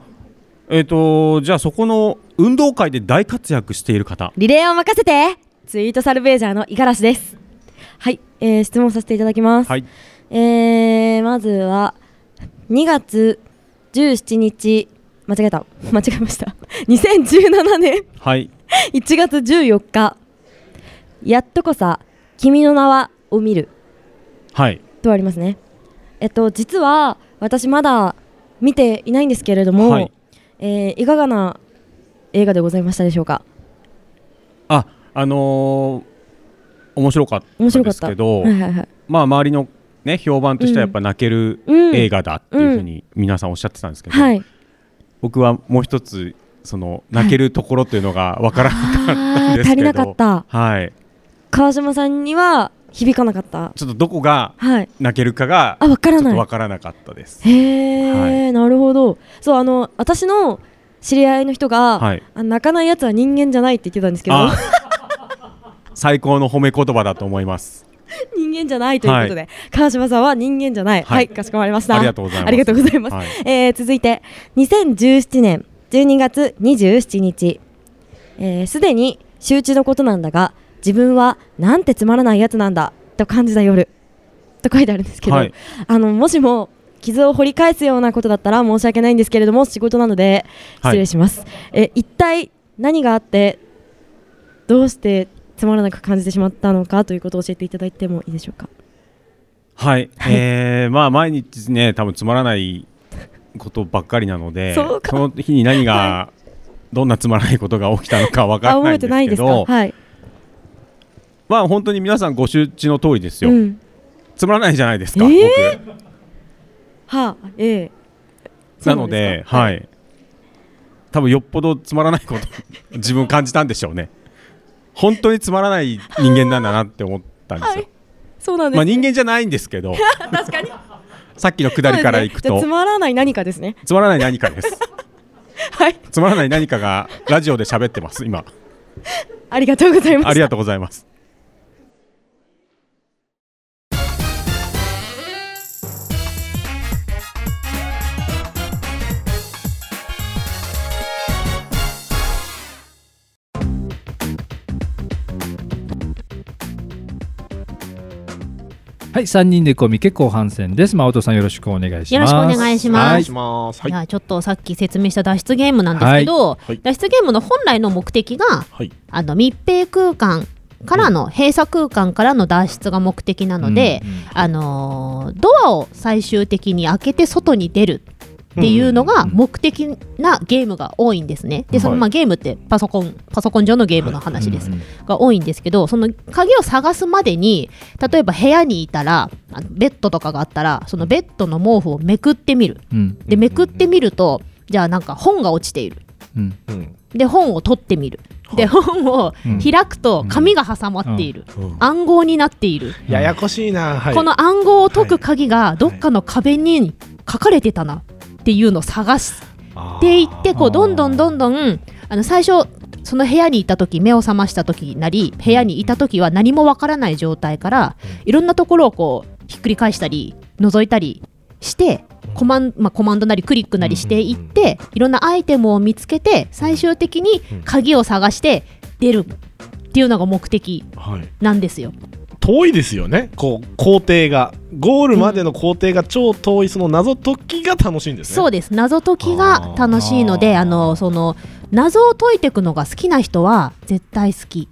B: えっ、とじゃあそこの運動会で大活躍している方
A: リレーを任せてツイートサルベージャーの五十嵐ですはい、えー質問させていただきます、
B: はい
A: えーまずは2月17日間違えた間違えました2017年 [LAUGHS]
B: はい
A: 1月14日やっとこさ君の名はを見る
B: はい
A: とありますねえっと実は私まだ見ていないんですけれども、
B: はい
A: えーいかがな映画でございましたでしょうか
B: ああのー面白かった
A: 面白か
B: で
A: っ
B: す
A: た
B: けど、
A: はいはいはい
B: まあ周りのね評判としてはやっぱ泣ける
A: うん
B: 映画だっていうふうに皆さんおっしゃってたんですけど、
A: はい
B: 僕はもう一つその泣けるところっていうのがわからなかったんで
A: あー足
B: すけど、
A: りなかった
B: はい
A: 川島さんには響かなかった
B: ちょっとどこが
A: はい
B: 泣けるかが
A: あわからない
B: ちょっとわからなかったです
A: へえ、なるほどそうあの私の知り合いの人が、
B: はい
A: あ泣かないやつは人間じゃないって言ってたんですけど
B: あ最高の褒め言葉だと思います
A: [LAUGHS] 人間じゃないということで、
B: はい
A: 川島さんは人間じゃない
B: は
A: はいい、かしこまりました
B: ありがとうございます
A: ありがとうございます
B: はい
A: えー続いて2017年12月27日えーすで、に周知のことなんだが自分はなんてつまらないやつなんだと感じた夜と書いてあるんですけど、
O: はい
A: あのもしも傷を掘り返すようなことだったら申し訳ないんですけれども仕事なので
O: はい
A: 失礼します、え一体何があってどうしてつまらなく感じてしまったのかということを教えていただいてもいいでしょうか
B: はい、えーまあ毎日ね多分つまらないことばっかりなので
A: そう
B: の日に何が、どんなつまらないことが起きたのかわから
A: あ
B: な
A: 覚
B: い
A: え
B: ん
A: て
B: で
A: ない
B: すけ
A: ですか
B: ど
A: はい
B: まあ本当に皆さんご周知の通りですよ、
A: うん
B: つまらないじゃないですか、
A: えーはあええ
B: 僕なのではい、多分よっぽどつまらないこと [LAUGHS] 自分感じたんでしょうね本当につまらない人間なんだなって思ったんですよ、
A: そうなんです、
B: まあ人間じゃないんですけど
A: [LAUGHS] 確かに
B: さっきの下りからい
A: そ
B: く
A: うですねじゃ
B: と、
A: あつまらない何かです
B: [LAUGHS]
A: ね
B: つまらない何かです。つまらない何かがラジオで喋ってます今。
A: ありがとうございます
B: ありがとうございます。
I: はい、3人でコミケ後半戦です。マオトさんよろしくお願いし
K: よろ
I: ま
K: し
I: す。
K: くお願いし
I: は
K: ます。じゃあちょっとさっき説明した脱出ゲームなんですけど、
I: はいはい
K: 脱出ゲームの本来の目的が、あの密閉空間からの、閉鎖空間からの脱出が目的なので、あのードアを最終的に開けて外に出る。っていうのが目的なゲームが多いんですね。で、その
M: はい
K: まあゲームってパソコン、パソコン上のゲームの話です。
M: うん
K: が多いんですけどその鍵を探すまでに例えば部屋にいたらあのベッドとかがあったらそのベッドの毛布をめくってみる
I: うん
K: でめくってみるとじゃあなんか本が落ちている
I: うん
K: で本を取ってみるで本を
J: うん
K: 開くと紙が挟まっている、
J: うん
K: 暗号になっている、
J: ややこしいな、はい
K: この暗号を解く鍵がどっかの壁に書かれてたなっていうのを探していってこうどんどんどんどんあの最初その部屋にいた時目を覚ました時なり部屋にいた時は何もわからない状態からいろんなところをこうひっくり返したり覗いたりしてコマン,、まあ、コマンドなりクリックなりしていっていろんなアイテムを見つけて最終的に鍵を探して出るっていうのが目的
J: はい
K: なんですよ。
J: 遠いですよねこう工程がゴールまでの工程が超遠いその謎解きが楽しいんですね
K: そうです謎解きが楽しいのであのその謎を解いていくのが好きな人は絶対好き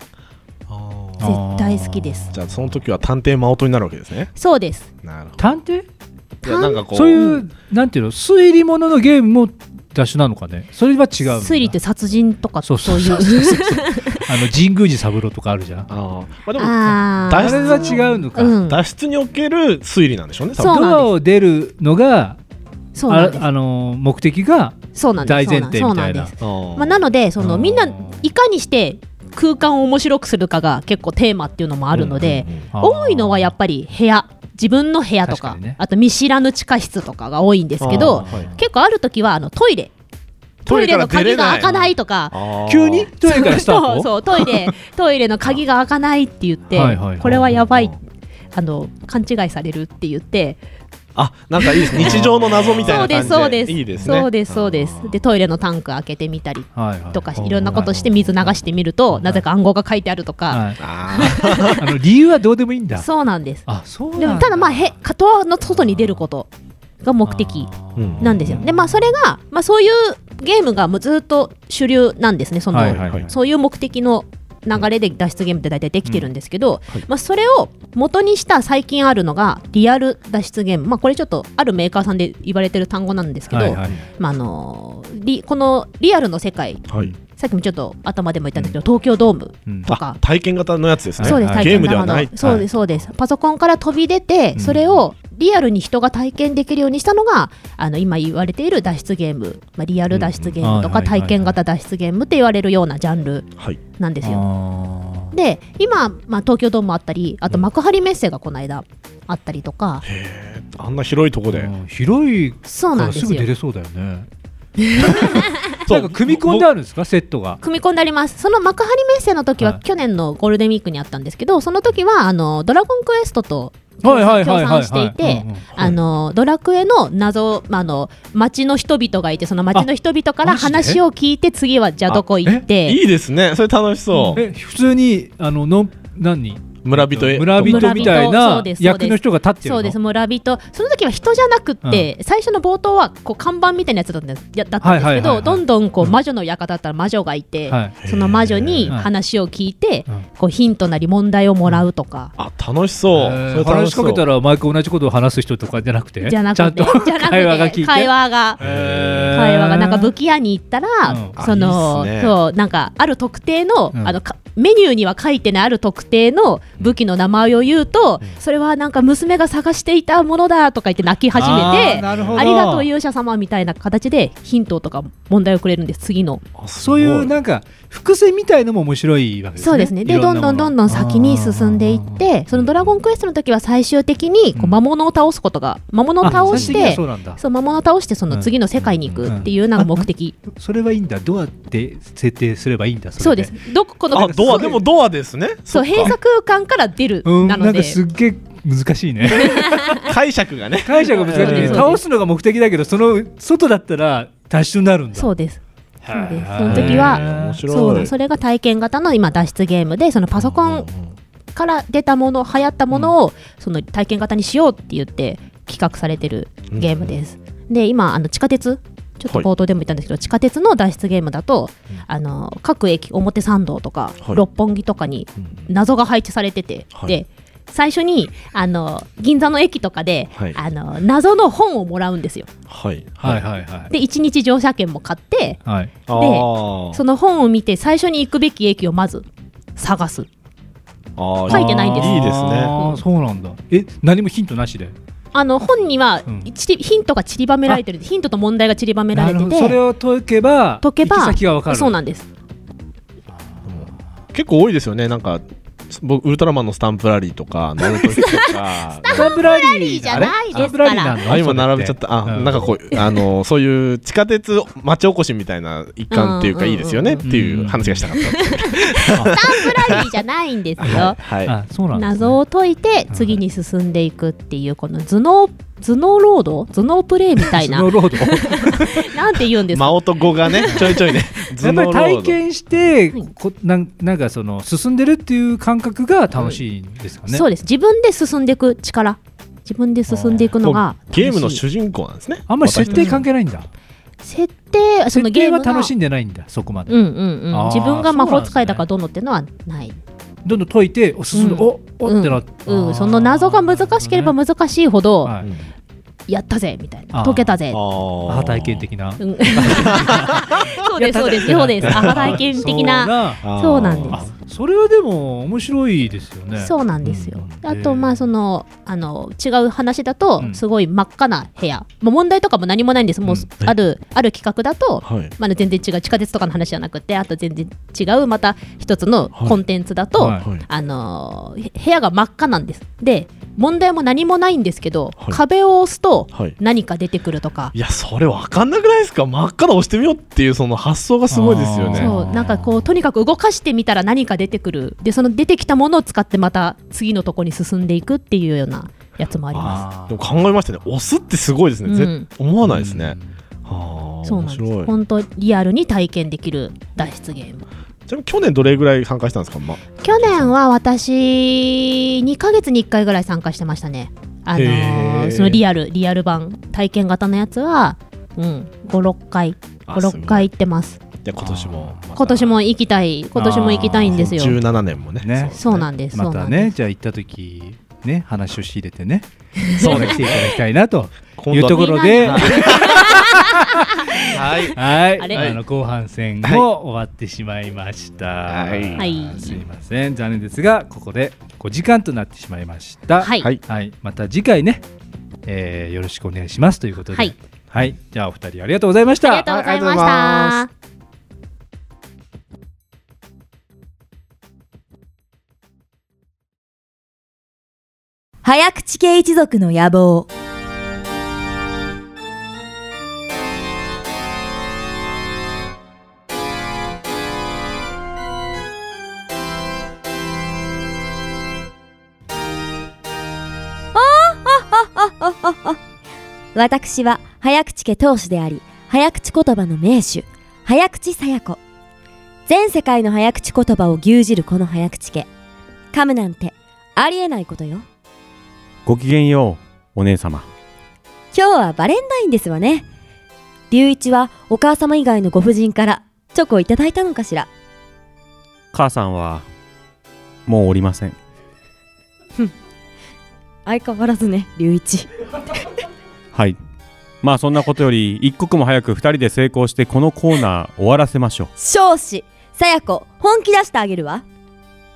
K: 絶対好きです
J: じゃあその時は探偵真音になるわけですね
K: そうです
J: なるほど
I: 探偵
J: いやなんかこう
I: そういう、なんていうの、推理もののゲームも脱出なのかね。それは違うの。
K: 推理って殺人とか
I: そ
K: そうう
I: そ
K: い
I: う
K: う
I: そうそうそうあの神宮寺三郎とかあるじゃん。
J: あ
K: [LAUGHS] あー
I: あれは違うのか。
J: 脱出における推理なんでしょうね多
I: ド
J: 分
I: アを出るのが、
K: そうなんです
I: ああの目的が
K: そうなんです
I: 大前提みたいな。
K: まあ、なのでそのみんないかにして空間を面白くするかが結構テーマっていうのもあるので、多いのはやっぱり部屋自分の部屋とかあと見知らぬ地下室とかが多いんですけど、
M: あーはい
K: 結構ある時はあのトイレトイレの鍵が開かないとか
I: 急にトイレからスター
K: そう
I: ト
K: そうトイレトイレの鍵が開かないって言って、
J: はいはいはい
K: これはやばいあの勘違いされるって言って
J: あなんかい
K: [LAUGHS]
J: いです日常の謎みたい
K: そう
J: な感じ
K: ですそうです
J: いいですね
K: そうですそうですでトイレのタンク開けてみたり
I: はいはい
K: とかいろんなことして水流してみるとなぜか暗号が書いてあるとか、
I: はい [LAUGHS] あの理由はどうでもいいんだ。
K: そうなんです
I: あそう
K: でもただまあへカトアの外に出ることが目的なんですよでまあそれが、まあ、そういうゲームがもうずっと主流なんですねその、
M: はいはいはい
K: そういう目的の流れで脱出ゲームって大体できてるんですけど、まあ、それを元にした最近あるのがリアル脱出ゲーム、まあ、これちょっとあるメーカーさんで言われてる単語なんですけど、
M: はいはい
K: まあ、あのーリこのリアルの世界、
J: はい
K: さっきもちょっと頭でも言ったんですけど、東京ドームとか
J: あ、体験型のやつですね
K: そうです、体
J: ゲー
K: 験
J: ム
K: 型
J: では
K: の
J: ない
K: そうです、そうです。パソコンから飛び出て、それをリアルに人が体験できるようにしたのが、あの今言われている脱出ゲーム、まあ、リアル脱出ゲームと
M: う
K: か
M: んうんはいはいはい
K: 体験型脱出ゲームって言われるようなジャンルなんですよ。で、今、まあ、東京ドームあったり、あと幕張メッセがこの間あったりとか、
J: あんな広いとこで
I: 広い
K: そうなんですよ
I: すぐ出れそうだよ
K: [LAUGHS]
I: ね。なんか組み込んであるんですかセットが。
K: 組み込んでありますその幕張メッセの時は去年のゴールデンウィークにあったんですけど、その時はあのドラゴンクエストと
M: は
K: 協
M: いはいはいはいはい
K: 賛していて
M: うんうんはい
K: あのドラクエの謎、まあ、あの町の人々がいてその町の人々から
J: あマジで
K: 話を聞いて次はじゃあどこ行って
J: いいですねそれ楽しそう
I: え普通にあのの何
J: 村人へ
I: 村人みたい
K: そ
I: な
K: うですそうです
I: 役の人が立ってるの。
K: そうです村人その時は人じゃなくって、最初の冒頭はこう看板みたいなやつだったんですやだったんです
M: はい
K: け
M: はいはいは
K: ど
M: い
K: どんどんこう魔女の館だったら魔女がいて、
J: はい
K: その魔女に話を聞いて、こうヒントなり問題をもらうとか、
J: 楽しそうそれ楽
I: 話し
J: しそ
I: か
J: う
I: けたら毎回同じことを話す人とかじゃなくて
K: じゃなく
I: ちゃん
K: [LAUGHS]
I: と [LAUGHS]
K: て、じゃなくて
I: 会話が聞いて
K: 会話が、会話がなんか武器屋に行ったら、その
I: あいいっすね
K: そうなんかある特定の、
I: うん
K: あのかメニューには書いてないある特定の武器の名前を言うと、それはなんか娘が探していたものだとか言って泣き始め
I: あー
K: て、
I: なるほど
K: ありがとう勇者様みたいな形でヒントとか問題をくれるんです次の。
I: そういうなんか伏線みたいのも面白いわけですね。
K: そうですねで
I: いろ
K: どんどん
I: なもの
K: どんどん先に進んでいってその「ドラゴンクエスト」の時は最終的にこう魔物を倒すことが魔物を倒
I: あ
K: し
I: 最終的には
K: て
I: そうなんだ
K: そう魔物を倒してその次の世界に行くっていうのが目的
I: それはいいんだ。どうやって設定すればいいんだ。
K: そう
I: れ
K: ですどここの
I: あドアでも
J: ドアですね
K: そう閉鎖空間から出る
I: うん、
K: な
I: な
K: の
I: ん
K: で
I: かすっげえ難しいね。
J: 解釈がね。
I: 解釈が難しいね。倒すのが目的だけど、その外だったら脱出になるんだ。
K: そうです。
I: そ
K: そうですその時はそうそれが体験型の今脱出ゲームでそのパソコンから出たもの流行ったものを、その体験型にしようって言って企画されてるゲームです、で今あの地下鉄ちょっと冒頭でも言ったんですけど、地下鉄の脱出ゲームだと、あの各駅表参道とか、
O: はい
K: 六本木とかに謎が配置されてて、
O: はい
K: で最初にあの銀座の駅とかで、
O: はい
K: あの謎の本をもらうんですよ。
J: はい
I: はいはいはい
K: で1日乗車券も買って
I: はい
K: でその本を見て最初に行くべき駅をまず探す
J: 書
K: 書いてないんです
I: いいですねそうなんだえ何もヒントなしで
K: あの本にはちり、ヒントが散りばめられてるヒントと問題が散りばめられてて
I: それを解けば
K: 解けば
I: 行き先がわかる
K: そうなんです
J: 結構多いですよねなんか僕ウルトラマンのスタンプラリーとか謎
K: [LAUGHS]
J: 解きとか
K: スタンプラリーじゃないですから
J: あ今並べちゃったあ、なんかこうあのそういう地下鉄町おこしみたいな一環っていうかいいですよねっていう話がしたかった
K: スタンプラリーじゃないんですよ、
J: はい
I: あそうなんだ
K: 謎を解いて次に進んでいくっていうこの頭脳頭脳ロード頭脳プレイみたいな
I: 頭脳ロー
K: [LAUGHS]
I: ド
K: なんて言うんですか
J: 間音語がねちょいちょいね
I: やっぱり体
J: 頭脳労働
I: 験してこなんなんかその進んでるっていう感覚が楽しいんですかね、
K: そうです自分で進んでいく力自分で進んでいくのが
J: もうゲームの主人公なんですね
I: あんまり設定関係ないんだ
K: 設定その
I: 設
K: ゲ
I: 定
K: ーム
I: は
K: が
I: 楽しんでないんだそこまで
K: うんうんうん
I: あー
K: 自分が魔
I: そう
K: 法
I: なんです
K: 使いだからどうのっていうのはない
I: どんどん解いてお進んで、
K: うん
I: おおってなって、
K: うん、その謎が難しければ難しいほど、やったぜみたい
I: あ
K: な
I: ー
K: 解けたぜ
I: アハ体験的な、
K: うん [LAUGHS] そうですそうですそうですアハ体験的な
I: そう
K: そうなんで
I: ですそれはでも面白いですよね
K: すそうなんですよ、あ
I: へー
K: とまあそのあの違う話だとすごい真っ赤な部屋、もう問題とかも何もないんですもうある、ある企画だと、
O: はい
K: まだ全然違う地下鉄とかの話じゃなくてあと全然違うまた一つのコンテンツだと、
O: はいはい
K: あのーへ部屋が真っ赤なんですで問題も何もないんですけど、壁を押すと
J: はい
K: 何か出てくるとか、
J: いやそれ分かんなくないですか真っ赤な押してみようっていうその発想がすごいですよね
K: そうなんかこうとにかく動かしてみたら何か出てくるでその出てきたものを使ってまた次のとこに進んでいくっていうようなやつもあります
J: でも考えましたね押すってすごいですね、
K: うん
J: ぜ思わないですね、はあ
K: そうなん
J: 面
K: です
J: 白い
K: 本当リアルに体験できる脱出ゲーム
J: ちなみに去年どれぐらい参加したんですか、ま、
K: 去年は私2ヶ月に1回ぐらい参加してましたねあの
J: へ
K: ー
J: ー
K: そのリアルリアル版体験型のやつは、うん、56回
J: あすごい
K: 56回行ってます
J: じゃあ今年も
K: 今年も行きたい今年も行きたいんですよ
J: 17年もね
I: ね
K: そうなんです
I: ま
K: そうな
I: た
K: んで
I: ねじゃあ行った時ね話を仕入
K: [LAUGHS]
I: れてね
J: そうね
I: 来ていただきたいなと
J: 度
I: いうところで
J: は
I: は
J: い
I: はい
J: あれ
I: あの後半戦も終わってしまいましたはい、
K: はい
I: すいません残念ですがここでお時間となってしまいました
K: はいはい
I: また次回ね、えーよろしくお願いしますということで
K: はい
I: はい、じゃあお二人ありがとうございました
K: ありがとうございました
M: 早口系一族の野望
P: 私は早口家当主であり早口言葉の名手早口さや子全世界の早口言葉を牛耳るこの早口家噛むなんてありえないことよ
B: ごきげんようお姉様
P: 今日はバレンタインですわね龍一はお母様以外のご婦人からチョコをいただいたのかしら
B: 母さんはもうおりません
P: 相変わらずね龍一
B: はいまあそんなことより一刻も早く二人で成功してこのコーナー終わらせましょう
P: 少子さや子本気出してあげるわ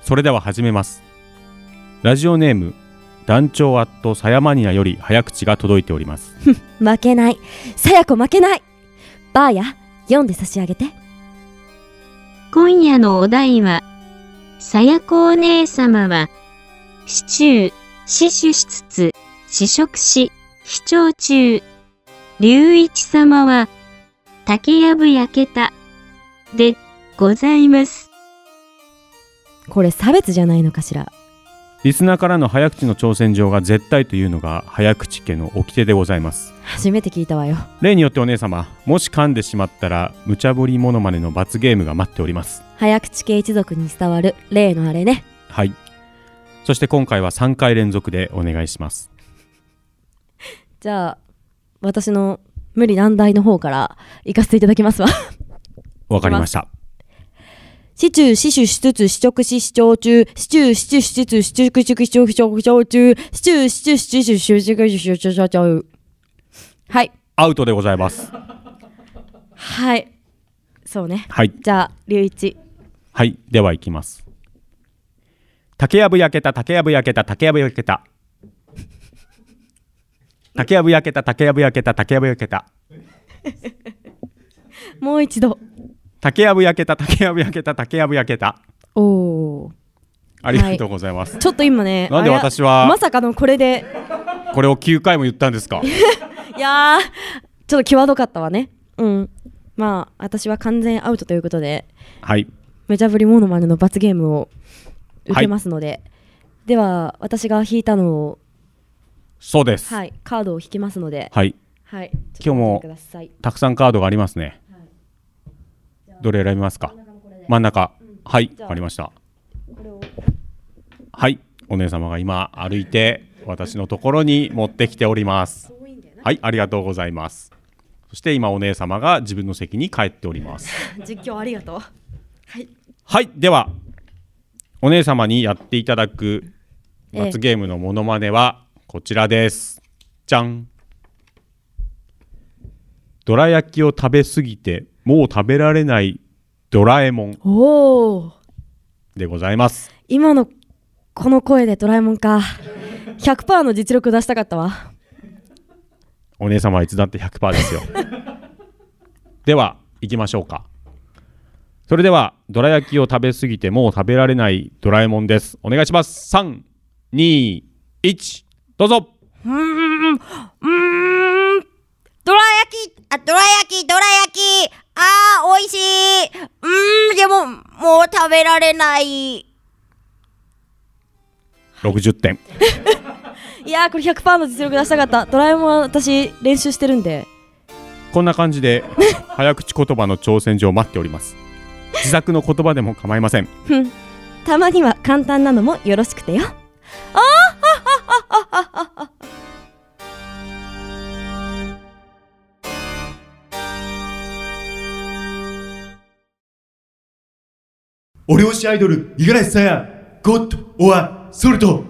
B: それでは始めますラジオネーム団長アットさやマニアより早口が届いております
P: ふん負けないさや子負けないばあや読んで差し上げて
N: 今夜のお題は、さやこお姉様は、シチュー、死守しつつ、試食し、視聴中。龍一様は、竹やぶ焼けた、で、ございます。
P: これ差別じゃないのかしら
B: リスナーからの早口の挑戦状が絶対というのが早口家の掟でございます
P: 初めて聞いたわよ
B: 例によってお姉様もし噛んでしまったら無茶ぶりモノマネの罰ゲームが待っております
P: 早口系一族に伝わる例のあれね
B: はいそして今回は3回連続でお願いします
A: じゃあ私の無理難題の方から行かせていただきますわ
B: わかりました
A: シチュー、シシュ、シツツ、シチョクシ、シチョウチュー、シチュー、シチュ、シチツ、シチュクシクシチョクシチョクシチョウチュー、シチュー、シチュ、シチュ、シチュ、シチュ、シチュ、シチュ、シチュ、シチュ、はい。
B: アウトでございます
A: はい。そうね。
B: はい
A: じゃあ、龍一。
B: はいでは行きます竹やぶ焼けた竹やぶ焼けた竹やぶ焼けた竹やぶ焼けた竹やぶ焼けた竹やぶ焼けた
A: もう一度。
B: 竹やぶ焼けた竹やぶ焼けた竹やぶ焼けた
A: おお。
B: ありがとうございます、
A: ちょっと今ね。
B: なんで
A: あや
B: 私は
A: まさかのこれで。
B: これを9回も言ったんですか
A: いやー、ちょっと際どかったわね。うん。まあ、私は完全アウトということで、
B: はい
A: 無茶ぶりモノマネの罰ゲームを受
B: は
A: け
B: い
A: ますので、では、私が引いたのを、
B: そうです
A: はい、カードを引きますので、
B: はい、
A: はい、ちょっと
B: 今日
A: お
B: も
A: 待ちください
B: たくさんカードがありますね、どれ選びますか真ん中はいわかりましたはいお姉様が今歩いて私のところに持ってきておりますはいありがとうございますそして今お姉様が自分の席に帰っております
A: 実況ありがとう。はい。
B: はいではお姉様にやっていただく罰ゲームのモノマネはこちらです、じゃんどら焼きを食べ過ぎてもう食べられないドラえもん
A: おお。
B: でございます
A: 今のこの声でドラえもんか100%の実力出したかったわ
B: お姉様はいつだって100%ですよ [LAUGHS] では行きましょうかそれではどら焼きを食べ過ぎてもう食べられないドラえもんですお願いします321どうぞ
H: うーん、うーん、どら焼き、あ、どら焼き、どら焼き、あー、美味しい。うーん、でも、もう食べられない。
B: 60点
A: いやーこれ100%の実力出したかったドラえもんは私練習してるんで
B: こんな感じで早口言葉の挑戦状を待っております自作の言葉でも構いません
A: ふんたまには簡単なのもよろしくてよ
O: お漁師アイドル五十嵐さやゴッドオアソルト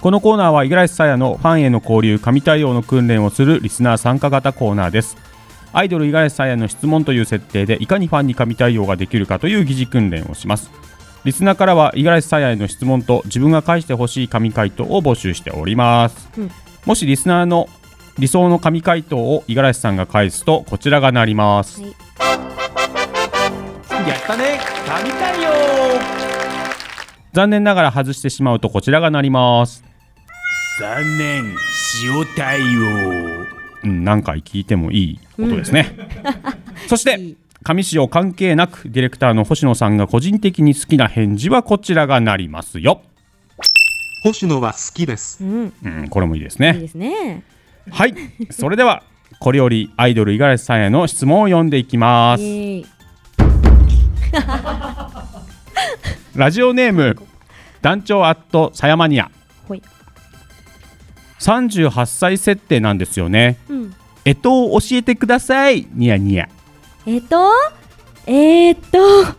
B: このコーナーは五十嵐さやのファンへの交流神対応の訓練をするリスナー参加型コーナーですアイドル五十嵐さやの質問という設定でいかにファンに神対応ができるかという疑似訓練をしますリスナーからは五十嵐さやへの質問と自分が返してほしい神回答を募集しております、
A: うん
B: もしリスナーの理想の神回答を五十嵐さんが返すとこちらがなります、
H: やったね、神対応。
B: 残念ながら外してしまうとこちらがなります
Q: 残念塩対応
B: うん、何回聞いてもいいことで
A: [LAUGHS]
B: すね、そして上塩関係なくディレクターの星野さんが個人的に好きな返事はこちらがなりますよ星野は好きです
A: うん、
B: うん、これもいいです
A: いい
B: ね
A: ですね
B: はいそれではこれよりアイドル五十嵐さんへの質問を読んでいきます、
A: イエーイ
B: ラジオネーム団長アットさやマニア
A: ほい
B: 38歳設定なんですよね
A: うん
B: えとを教えてくださいニヤニヤ
A: [LAUGHS] えっとえー、っとえー、っと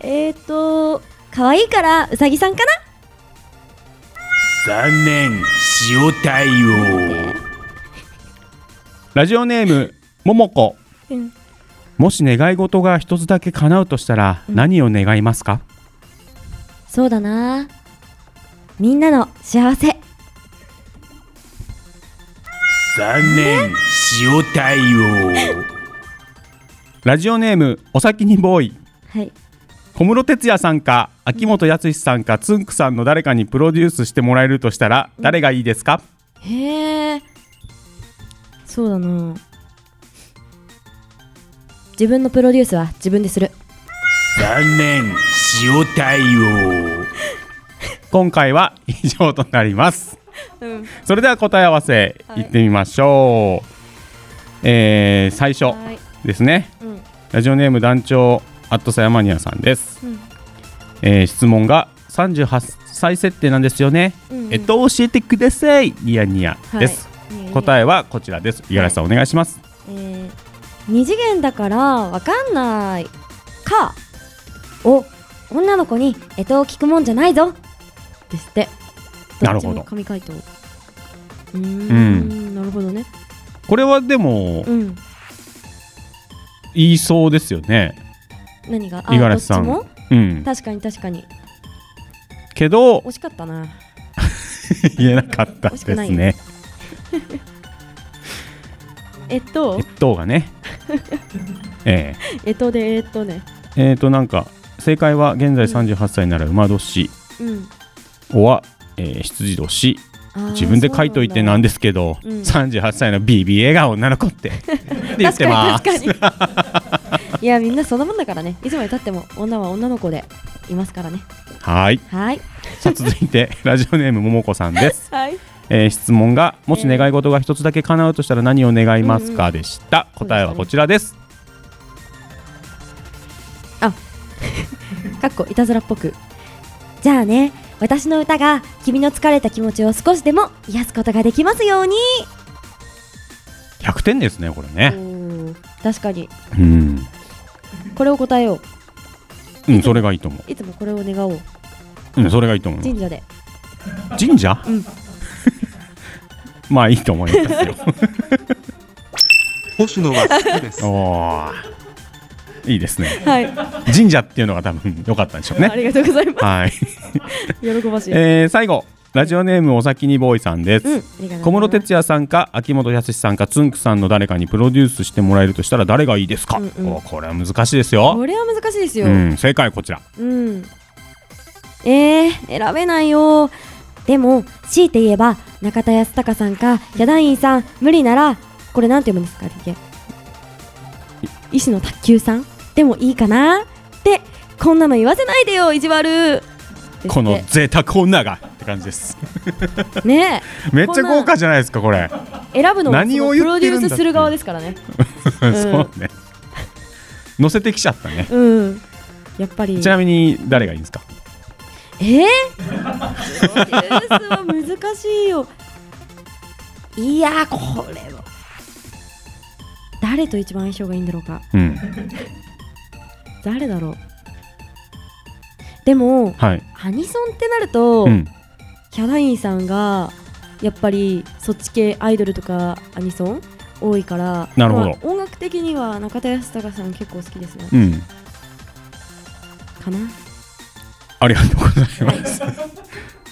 A: えー、っと可愛いからうさぎさんかな
Q: 残念塩対応
B: ラジオネームももこ
A: うん
B: もし願い事が一つだけ叶うとしたら何を願いますか、
A: そうだなみんなの幸せ
Q: 残念塩対応
B: ラジオネームお先にボーイ
A: はい
B: 小室哲哉さんか秋元康さんかつんくさんの誰かにプロデュースしてもらえるとしたら誰がいいですか、
A: へえそうだな自分のプロデュースは自分でする
Q: 残念塩対応
B: 今回は以上となります、それでは答え合わせいってみましょう、えー最初ですね、
H: うん
B: ラジオネーム団長アットサヤマニアさんです、
H: うん
B: えー質問が38歳設定なんですよね、
H: うんうん
B: えっと教えてくださいニヤニヤです、
A: はいニヤニヤ
B: 答えはこちらです五十嵐さんお願いします、
A: えー二次元だからわかんないかを女の子に干支を聞くもんじゃないぞですって
B: なるほど
A: っちも神回答うーん
B: うん
A: んなるほどね
B: これはでも、
A: うん
B: 言いそうですよね
A: 何があ
B: 五十嵐さん
A: どっちも
B: うん
A: 確かに確かに
B: けど
A: 惜しかったな
B: [LAUGHS] 言えなかった
A: 惜
B: で
A: し
B: す
A: くない
B: ね
A: [LAUGHS] えっと
B: 越冬が
A: [LAUGHS]
B: ねえ
A: えっとでえっとね
B: ええーとなんか正解は現在38歳なら馬年
A: うん
B: おは、えー羊年
A: あー
B: 自分で書いといてなんですけど、
A: そうなんだ
B: 38歳の BBA が女の子って
A: [LAUGHS]
B: 言ってます
A: 確かに確かにいやみんなそんなもんだからねいつまでたっても女は女の子でいますからね
B: [LAUGHS] はい
A: はい
B: さあ続いてラジオネームももこさんです、
A: [LAUGHS] はい
B: えー質問がもし願い事が一つだけ叶うとしたら何を願いますかでした、答えはこちらです
A: [LAUGHS] かっこいたずらっぽくじゃあね私の歌が君の疲れた気持ちを少しでも癒すことができますように
B: 100点ですねこれね
A: 確かに
B: うん、
A: これを答えよ
B: うん、それがいいと思
A: ういつもこれを願おう
B: ううんそれがいいと思う
A: 神社で
B: 神社、
A: うん
B: まあいいと思いますよ
R: 星野は好きです
B: [LAUGHS] おーいいですね、
A: はい [LAUGHS]
B: 神社っていうのが多分良かったんでしょうね
A: ありがとうございます
B: はい
A: 喜ばしい、
B: えー最後ラジオネームお先にボーイさんです、
A: うんありがとうございます
B: 小室哲哉さんか秋元康さんかつんくさんの誰かにプロデュースしてもらえるとしたら誰がいいですか、おこれは難しいですよ
A: これは難しいですよ、
B: うん、正解はこちら
A: うん。えー、選べないよ。でも、強いて言えば、中田康隆さんか、ヒャダインさん、無理なら、これなんて読むんですか、あれだけ医師の卓球さんでもいいかなって、こんなの言わせないでよ、意地
B: [LAUGHS]
A: 悪。
B: この贅沢女がって感じです
A: ねえ
B: めっちゃ豪華じゃないですかこれ
A: 選ぶのも
B: 何を
A: そのプロ
B: 言って
A: デ
B: る
A: ュ
B: んだ
A: ースする側ですからね。
B: [LAUGHS] そうね乗せてきちゃったね、
A: うん。やっぱり。
B: ちなみに誰がいいんですか
A: えー、プロデュースは難しいよいやーこれは誰と一番相性がいいんだろうか、
B: うん
A: 誰だろうでも、
B: はい
A: アニソンってなると、
B: うん
A: ヒャダインさんがやっぱりそっち系アイドルとかアニソン多いから
B: なるほど
A: まあ音楽的には中田康隆さん結構好きですね、
B: うん
A: かな
B: ありがとうござい
A: [LAUGHS]
B: ます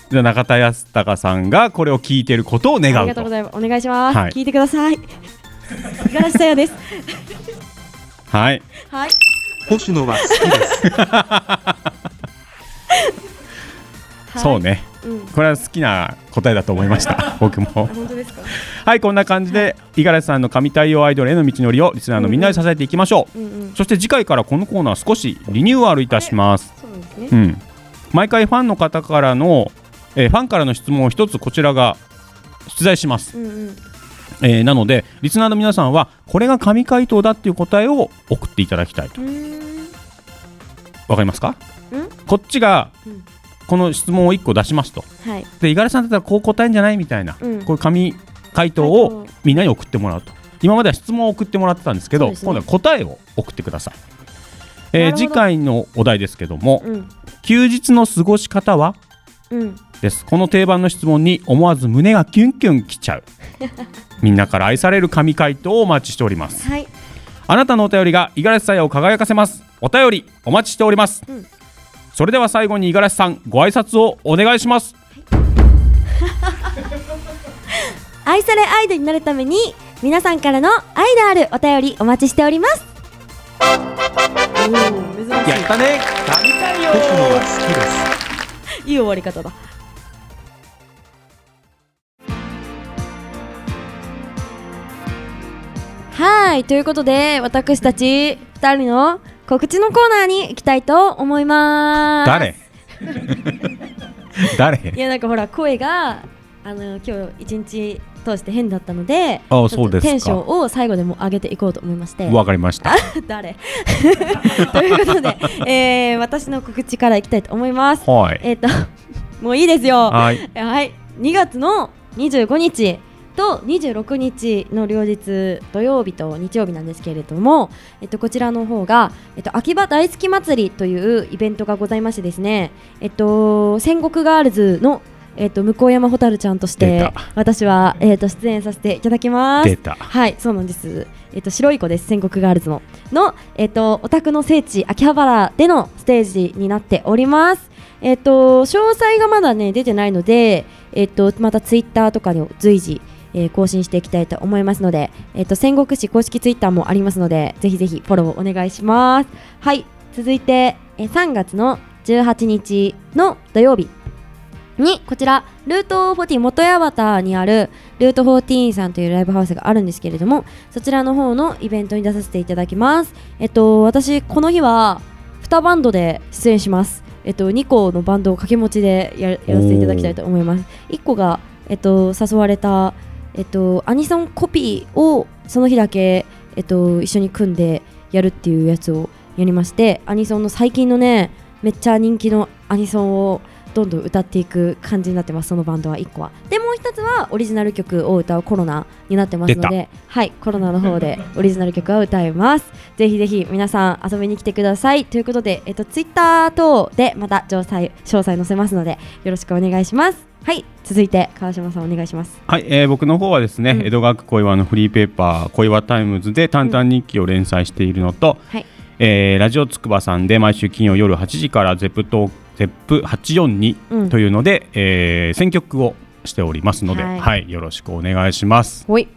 B: じゃあ中田康隆さんがこれを聞いてることを願
A: ありが
B: う
A: とうご
B: と
A: ざいます。お願いします。
B: はい
A: 聞いてください。五十嵐さや [LAUGHS] です。
B: はい
A: はい。
R: 星野は好きです
A: [LAUGHS]
B: そうね、
A: うん
B: これは好きな答えだと思いました
A: [LAUGHS]
B: 僕も
A: 本当ですか
B: はいこんな感じで五十嵐さんの神対応アイドルへの道のりをリスナーのみんなで支えていきましょう、
A: うんうん
B: そして次回からこのコーナー少しリニューアルいたします
A: そうですね
B: うん、毎回ファンの方からの、えーファンからの質問を一つこちらが出題します、
A: うんうん。
B: えーなのでリスナーの皆さんはこれが神回答だっていう答えを送っていただきたいとわかりますかこっちが
A: うん
B: この質問を1個出しますと
A: はい。
B: で五十嵐さんだったらこう答えんじゃないみたいな、
A: うん
B: こういう紙回答をみんなに送ってもらうと今までは質問を送ってもらってたんですけど
A: そうですね
B: 今度は答えを送ってください、え
A: なる
B: ー
A: ほど
B: 次回のお題ですけども、
A: うん
B: 休日の過ごし方は
A: うん。
B: ですこの定番の質問に思わず胸がキュンキュンきちゃうみんなから愛される神回答をお待ちしております
A: はい。
B: あなたのお便りが五十嵐さやを輝かせますお便りお待ちしております、
A: ん
B: それでは最後に五十嵐さんご挨拶をお願いします
A: 愛されアイドルになるために皆さんからの愛のあるお便りお待ちしております。
L: やったね神対応
R: 星野は好きです
A: いい終わり方だ。は
P: はいということで私たち2人の告知のコーナーに行きたいと思います
B: 誰
P: [LAUGHS]
B: 誰
P: いやなんかほら声があの今日一日通して変だったので
B: ああそうですか
P: テンションを最後でも上げていこうと思いまして
B: わかりました
P: あ [LAUGHS] 誰ということで、 [LAUGHS] えー、私の告知からいきたいと思います
B: はい
P: えっ、と [LAUGHS] もういいですよ
B: はい
P: はい、2月の25日と26日の両日土曜日と日曜日なんですけれども、えっと、こちらの方が、えっと、秋葉大好き祭りというイベントがございましてですね、えっと、戦国ガールズの、えっと、向山蛍ちゃんとして私は、えっと、出演させていただきます
B: 出た
P: はいそうなんです、えっと、白い子です戦国ガールズのの、えっと、お宅の聖地秋葉原でのステージになっておりますえっと、詳細がまだね出てないので、えっと、またツイッターとかに随時、えー更新していきたいと思いますので、えっと、戦国市公式ツイッターもありますのでぜひぜひフォローお願いしますはい続いて、えー3月の18日の土曜日にこちらルート14元八幡にあるルート14さんというライブハウスがあるんですけれどもそちらの方のイベントに出させていただきますえっと私この日は2バンドで出演しますえっと2個のバンドを掛け持ちでややらせていただきたいと思います1個がえっと誘われたえっとアニソンコピーをその日だけえっと一緒に組んでやるっていうやつをやりましてアニソンの最近のねめっちゃ人気のアニソンをどんどん歌っていく感じになってますそのバンドは1個はでもう1つはオリジナル曲を歌うコロナになってますの
B: 出
P: ではいコロナの方で [LAUGHS] オリジナル曲は歌いますぜひぜひ皆さん遊びに来てくださいということでえっとツイッター等でまた詳細詳細載せますのでよろしくお願いしますはい続いて川島さんお願いします
B: はい、えー僕の方はですね、江戸川区小岩のフリーペーパー小岩タイムズで淡々日記を連載しているのと、
P: はい
B: えーラジオつくばさんで毎週金曜夜8時からゼップとゼップ
P: う
B: 842
P: ん
B: というので、えー選曲をしておりますので、は、
P: はいい
B: よろしくお願いします。
P: ほい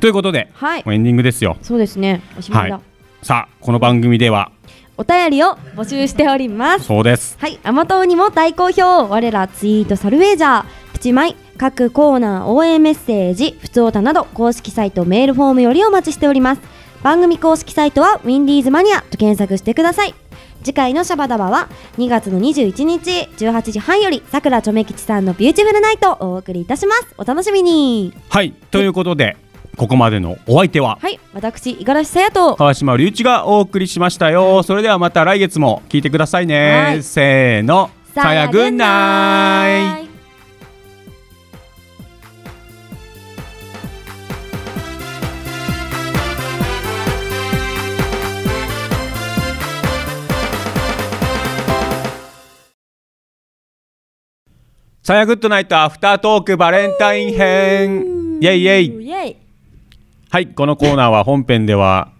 B: ということで、
P: はい
B: もうエンディングですよ。
P: そうですねおしま
B: はい
P: だ、
B: い。さあこの番組では
P: お便りを募集しております
B: そうです。
P: はい、アマトにも大好評我らツイートサルウェージャープチマイ各コーナー応援メッセージふつおたなど公式サイトメールフォームよりお待ちしております番組公式サイトはウィンディーズマニアと検索してください次回のシャバダバは2月の21日18時半よりさくらちょめ吉さんのビューティフルナイトをお送りいたしますお楽しみに
B: はいということでここまでのお相手は
P: はい私五十嵐さやと
B: 川島隆一がお送りしましたよ。それではまた来月も聞いてくださいね。
P: はい
B: せーの、
P: さや
B: ぐんない。さやグッドナイトアフタートークバレンタイン編。イェイイェイ。
P: イエイ
B: はい、このコーナーは本編では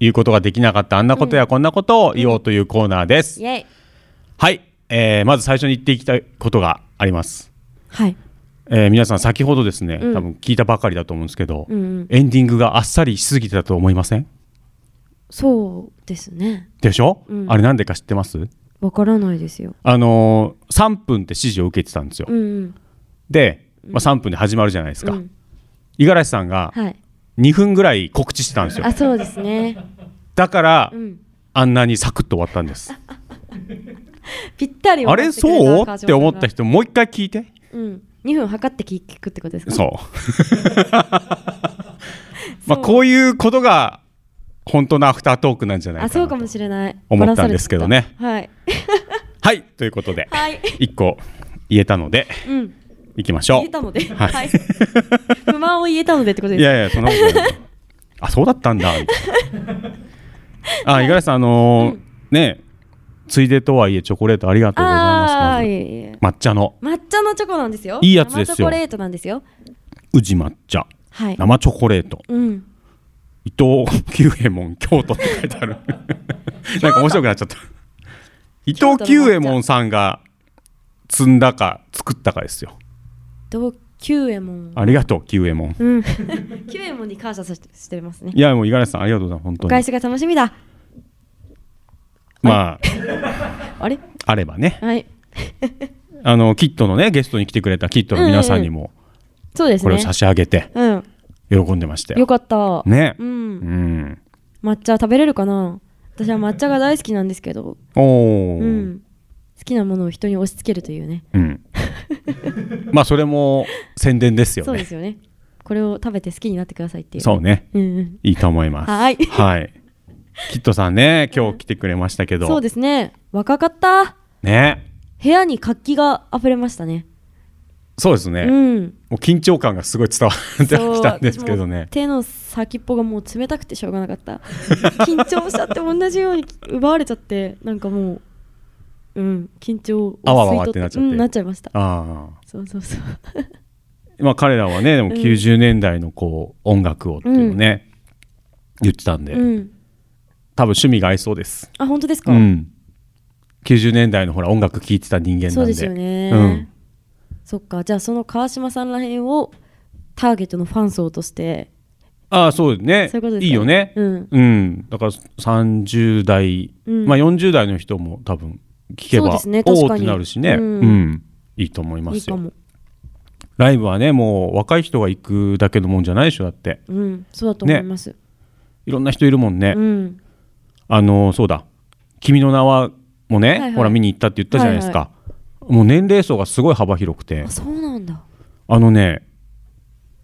B: 言うことができなかったあんなことやこんなことを言おうというコーナーです。
P: イエイ
B: はい、えーまず最初に言っていきたいことがあります。
P: はい
B: えー皆さん先ほどですね、
P: うん
B: 多分聞いたばかりだと思うんですけど、
P: うんうん
B: エンディングがあっさりしすぎてたと思いません
P: そうですね
B: でしょ、
P: うん
B: あれなんでか知ってます
P: わからないですよ
B: あのー、3分って指示を受けてたんですよ。
P: うんうん
B: で、まあ、3分で始まるじゃないですか。
P: うん
B: 五十嵐さんが
P: はい
B: 2分ぐらい告知してたんですよ
P: あ。そうですね
B: だから、
P: うん
B: あんなにサクッと終わったんです。
P: ぴったり
B: あれそうって思った
P: 人
B: 人もう一回聞いて。
P: うん2分測って聞聞くってことですか [LAUGHS]
B: そう。まあこういうことが本当のアフタートークなんじゃない
P: あ
B: か
P: そうかもしれない
B: 思ったんですけどね
P: バラされて
B: はいということで、
P: たはいはい
B: 一個言えたので
P: うん
B: いきましょう。
P: 言えたので
B: はい
P: はい不満を言えたのでってことです
B: いやいやそんなことないあそうだったんだみたいな。あ五十嵐さんあのーねついでとはいえチョコレートありがとうござい
P: あ
B: ま
P: あ
B: す
P: いえいえ
B: まず。抹茶の
P: 抹茶のチョコなんですよ
B: いいやつですよ
P: 生チョコレートなんですよ
B: 宇治抹茶、
P: はい
B: 生チョコレート
P: うん
B: 伊藤久右衛門京都って書いてあるなんか面白くなっちゃった伊藤久右衛門さんが積んだか作ったかですよ
P: と九右衛門
B: ありがとう久右衛門
P: うん [LAUGHS] 九右衛門に感謝さしてしてますね
B: いやもう五十嵐さんありがとうございます本
P: お
B: 当
P: 返
B: に
P: しが楽しみ
B: [LAUGHS]
P: だ
B: まあ
P: あれ
B: あればね
P: はい
B: [LAUGHS] あのキットのねゲストに来てくれたキットの皆さんにも
P: そうですね
B: これを差し上げて
P: うん
B: 喜んでましたよ
P: よかった
B: ね
P: うん
B: うん。
A: 抹茶食べれるかな私は抹茶が大好きなんですけど、う
B: おお。
A: ん、好きなものを人に押し付けるというね
B: うん。まあそれも宣伝ですよ
A: そう
B: ね
A: で。すよねこれを食べて好きになってくださいっていう
B: そうね
A: うんうん、
B: いいと思います。
A: はい
B: はい。キットさんね、今日来てくれましたけど。
A: そうですね若かった
B: ね。
A: 部屋に活気が溢れましたね
B: そうですね。
A: うん
B: もう緊張感がすごい伝わって
A: そう
B: きたんですけどね。
A: 手の先っぽがもう冷たくてしょうがなかった [LAUGHS] 緊張しちゃって同じように奪われちゃってなんかもううん緊張を吸い取
B: あわわわってなっちゃって
A: うん、なっちゃいました
B: あ
A: そうそうそう
B: まあ彼らはね、でも
A: うん
B: 90年代のこう音楽をっていうのね、言ってたんで、
A: うん
B: 多分趣味が合いそうです。
A: あ本当ですか、
B: うん。90年代のほら音楽聴いてた人間なんで。
A: そうですよね、
B: うん。
A: そっかじゃあその川島さんらへんをターゲットのファン層として
B: ああそうね
A: そういうことですかね
B: いいよね、
A: うん
B: だから30代、
A: うん
B: まあ、40代の人も多分聞けば
A: そうですね
B: お
A: 確
B: お
A: か
B: っ
A: に
B: てなるしね、う
A: うんん
B: いいと思いま
A: いい
B: す
A: か
B: よ
A: も
B: ライブはねもう若い人が行くだけのもんじゃないでしょだって
A: うんそうだと思います、
B: いろんな人いるもんね、
A: うん
B: あのそうだ「君の名は」もね、
A: はいはい
B: ほら見に行ったって言ったじゃないですか、
A: は
B: もう年齢層がすごい幅広くて
A: そうなんだ
B: あのね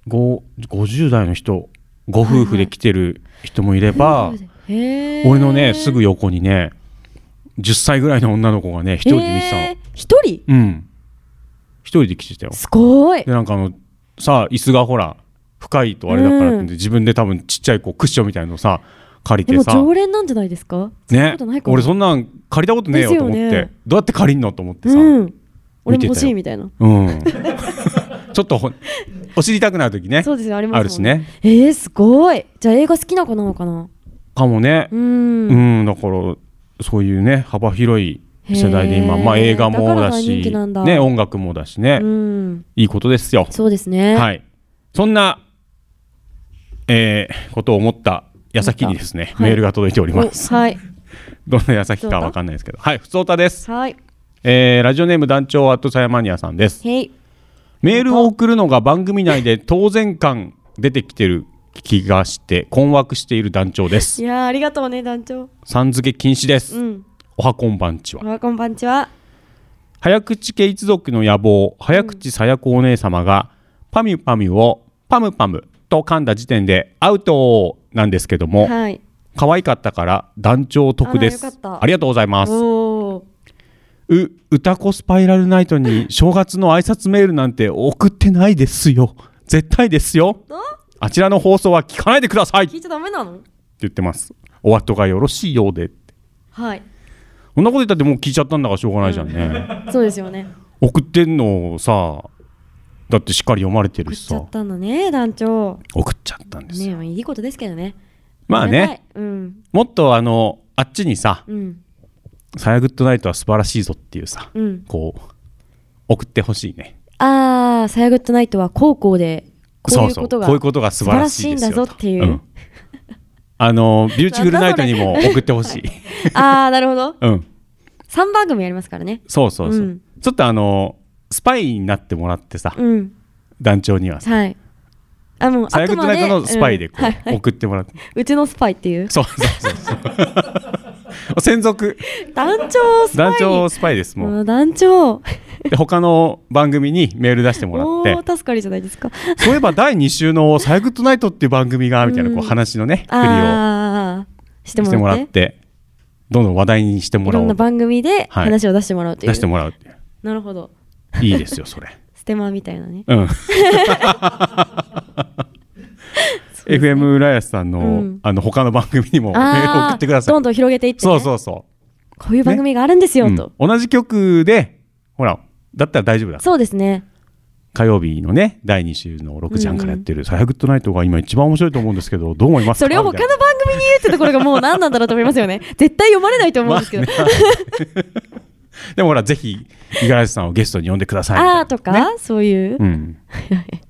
B: ご50代の人ご夫婦で来てる人もいれば、
A: へえ
B: 俺のねすぐ横にね10歳ぐらいの女の子がね一人で見てたの、
A: へー一人
B: うん一人で来てたよす
A: ごい
B: でなんかあのさあ椅子がほら深いとあれだからってんで自分で多分ちっちゃいこうクッションみたいなのさ借
A: で
B: り
A: も
B: てさ
A: 常連なんじゃないですかそんな
B: ね
A: ことないかな
B: 俺そんなん借りたことねえよと思って、
A: ですよね
B: どうやって借りんのと思ってさ、
A: うん俺
B: 見
A: も
B: てた
A: 欲し
B: よ
A: いみたいな
B: うん
A: [LAUGHS]
B: ちょっとほお尻痛くなる時ね
A: そうですよありますもんね
B: るしね
A: えー、すごいじゃあ映画好きな子なのかな
B: かもね
A: うん
B: だからそういうね幅広い世代で今、
A: へー
B: まあ、映画も
A: だから
B: だ
A: 大人
B: し
A: 気なんだ
B: ね、音楽もだしね、
A: うん
B: いいことですよ
A: そうですね
B: はい、そんな、えーことを思った矢先にですね、
A: はい
B: メールが届いております、
A: おはい
B: どんな矢先かわかんないですけどはいふつおたです、
A: はい
B: えーラジオネーム団長アットサヤマニアさんです
A: へい
B: メールを送るのが番組内で当然感出てきてる気がして困惑している団長です
A: いやーありがとうね団長
B: さん付け禁止です、
A: うん
B: おはこんばんちは
A: おはこんばんちは
B: 早口家一族の野望早口さやこお姉様が、パミュパミュをパムパムと噛んだ時点でアウトなんですけども、
A: はい
B: 可愛かったから団長得です
A: あらよかった
B: ありがとうございます
A: おー
B: う歌子スパイラルナイ
A: [LAUGHS]
B: トに正月の挨拶メールなんて送ってないですよ絶対ですよあちらの放送は聞かないでくださいって
A: 聞いちゃダメなの
B: 言ってますお後がよろしいようで
A: はい
B: こんなこと言ったってもう聞いちゃったんだからしょうがないじゃんね、
A: そうですよね
B: 送ってんのをさだってしっかり読まれてるし
A: ちゃ
B: さ
A: ったんだね団長
B: 送っちゃったんです
A: ねまあいいことですけどね
B: まあね
A: ありがたいうん
B: もっとあのあっちにさ
A: うん
B: 「サヤグッドナイトは素晴らしいぞ」っていうさ、
A: うん
B: こう送ってほしいね
A: ああ、サヤグッドナイトは高校でこういうことが
B: そうそうこういうことが素晴らしいです
A: 素晴らしんだ
B: よ
A: ぞっていう。
B: うん
A: [LAUGHS]
B: あのビューティフルナイトにも送ってほしい
A: ああ、なるほど。
B: うん
A: 三番組やりますからね。
B: そうそうそう、
A: うん
B: ちょっとあのスパイになってもらってさ、
A: うん
B: 団長にはさ
A: はい。あもう
B: 「サヤグッドナイト」のスパイでこ
A: うんはいは
B: う
A: い
B: 送ってもらって、
A: うちのスパイっていう。
B: そうそうそう [LAUGHS] そう専属
A: 団長スパイ。
B: 団長スパイですもん
A: もう団長。
B: で他の番組にメール出しても
A: おお
B: らって
A: ー、助かりじゃないですか。
B: そういえば第2週の「サイグッドナイト」っていう番組がみたいなこう
A: うん
B: 話のね、
A: ああ、して
B: 振りをしても
A: も
B: ら
A: ら
B: っ
A: ってて。
B: どんどん話題にして
A: い
B: もら
A: ろん
B: おう
A: な番組で
B: はい
A: 話を出してもらうという。
B: 出してもらうっていう
A: なるほど。
B: いいですよそれ
A: [LAUGHS] ステマみたいなね。
B: うん
A: [LAUGHS]
B: FM 浦安さんの,、
A: うん
B: あの他の番組にもメールを送ってください
A: あーどんどん広げていってね
B: そうそうそ
A: こういう番組があるんです
B: う、
A: よ
B: うん
A: と。
B: 同じ曲でほらだったら大丈夫だ
A: そうですね。
B: 火曜日のね第2週の6時半からやってる「サイグッドナイト」が今一番面白いと思うんですけどどう思いますか
A: それを他の番組に言うってところがもう何なんだろうと思います
B: [LAUGHS]
A: よね。絶対読まれないと思うんですけど。
B: でもほら、ぜひ、五十嵐さんをゲストに呼んでくださいみたい
A: あーとか、そういう、
B: な。うん。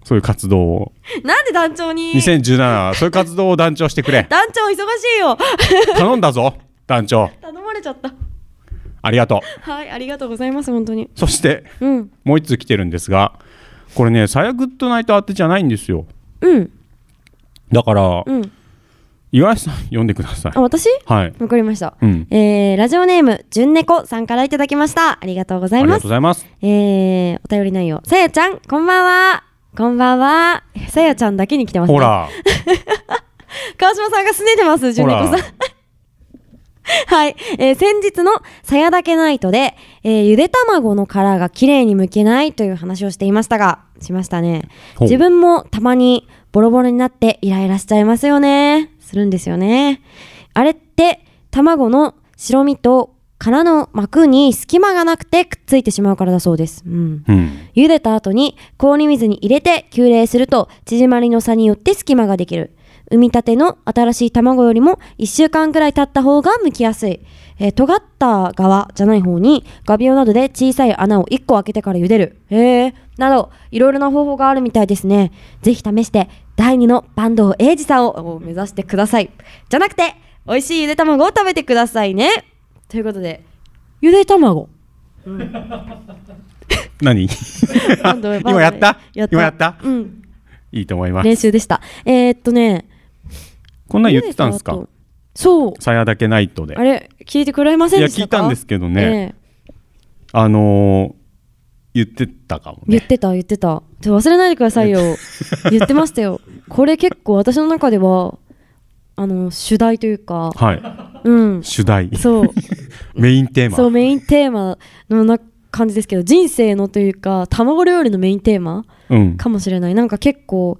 B: そういう活動を。
A: なんで団長に
B: 2017は、そういう活動を団長してく
A: [LAUGHS]
B: れ。
A: 団長忙しい
B: [LAUGHS]
A: よ
B: 頼んだぞ、団長。
A: 頼まれちゃった
B: ありがとう。
A: はいありがとうございます本当に
B: そして、
A: うん
B: もう一通来てるんですが、これね、サヤグッドナイト当てじゃないんですよ。
A: うん
B: だから、
A: うん
B: 五十嵐さん読んでください
A: あ私
B: はい
A: わかりました、
B: うん
A: えーラジオネーム純猫さんからいただきましたありがとうござ
B: あ
A: い
B: り
A: ま
B: がとう
A: す
B: ございます
A: えーお便り内容さやちゃんこんばんはこんばんはさやちゃんだけに来てますね
B: ほら
A: 川島さんが拗ねてます純猫さん [LAUGHS] はい、えー先日の「さやだけナイトで」えーゆで卵の殻がきれいに剥けないという話をしていましたがしましたね
S: ほう
A: 自分もたまにボロボロになってイライラしちゃいますよねするんですよねあれって卵の白身と殻の膜に隙間がなくてくっついてしまうからだそうですうん
B: うん
A: 茹でた後に氷水に入れて急冷すると縮まりの差によって隙間ができる産みたての新しい卵よりも1週間くらい経った方が剥きやすい、えー尖った側じゃない方に画鋲などで小さい穴を1個開けてから茹でるへーなどいろいろな方法があるみたいですねぜひ試して第2の坂東英二さんを目指してくださいじゃなくて美味しいゆで卵を食べてくださいねということでゆで卵
B: 何
A: 今度は
B: [LAUGHS] 今やった
A: やった
B: 今やった
A: うん
B: いいと思います
A: 練習でした。えーっとね、
B: こんなん言ってたんで
A: ゆで
B: すか
A: た後そう、
B: さやだけナイトで
A: あれ、聞いてくれませんでしたか
B: いや聞いたんですけどね、あのー言ってたかも
A: ええ言ってた、言ってた。ちょっと忘れないでくださいよ。言ってましたよ。これ結構私の中では、あの、主題というか、
B: はい
A: うん。
B: 主題
A: そう
B: メインテーマ
A: そう、メインテーマのな感じですけど、人生のというか、卵料理のメインテーマ
B: うん
A: かもしれない。なんか結構、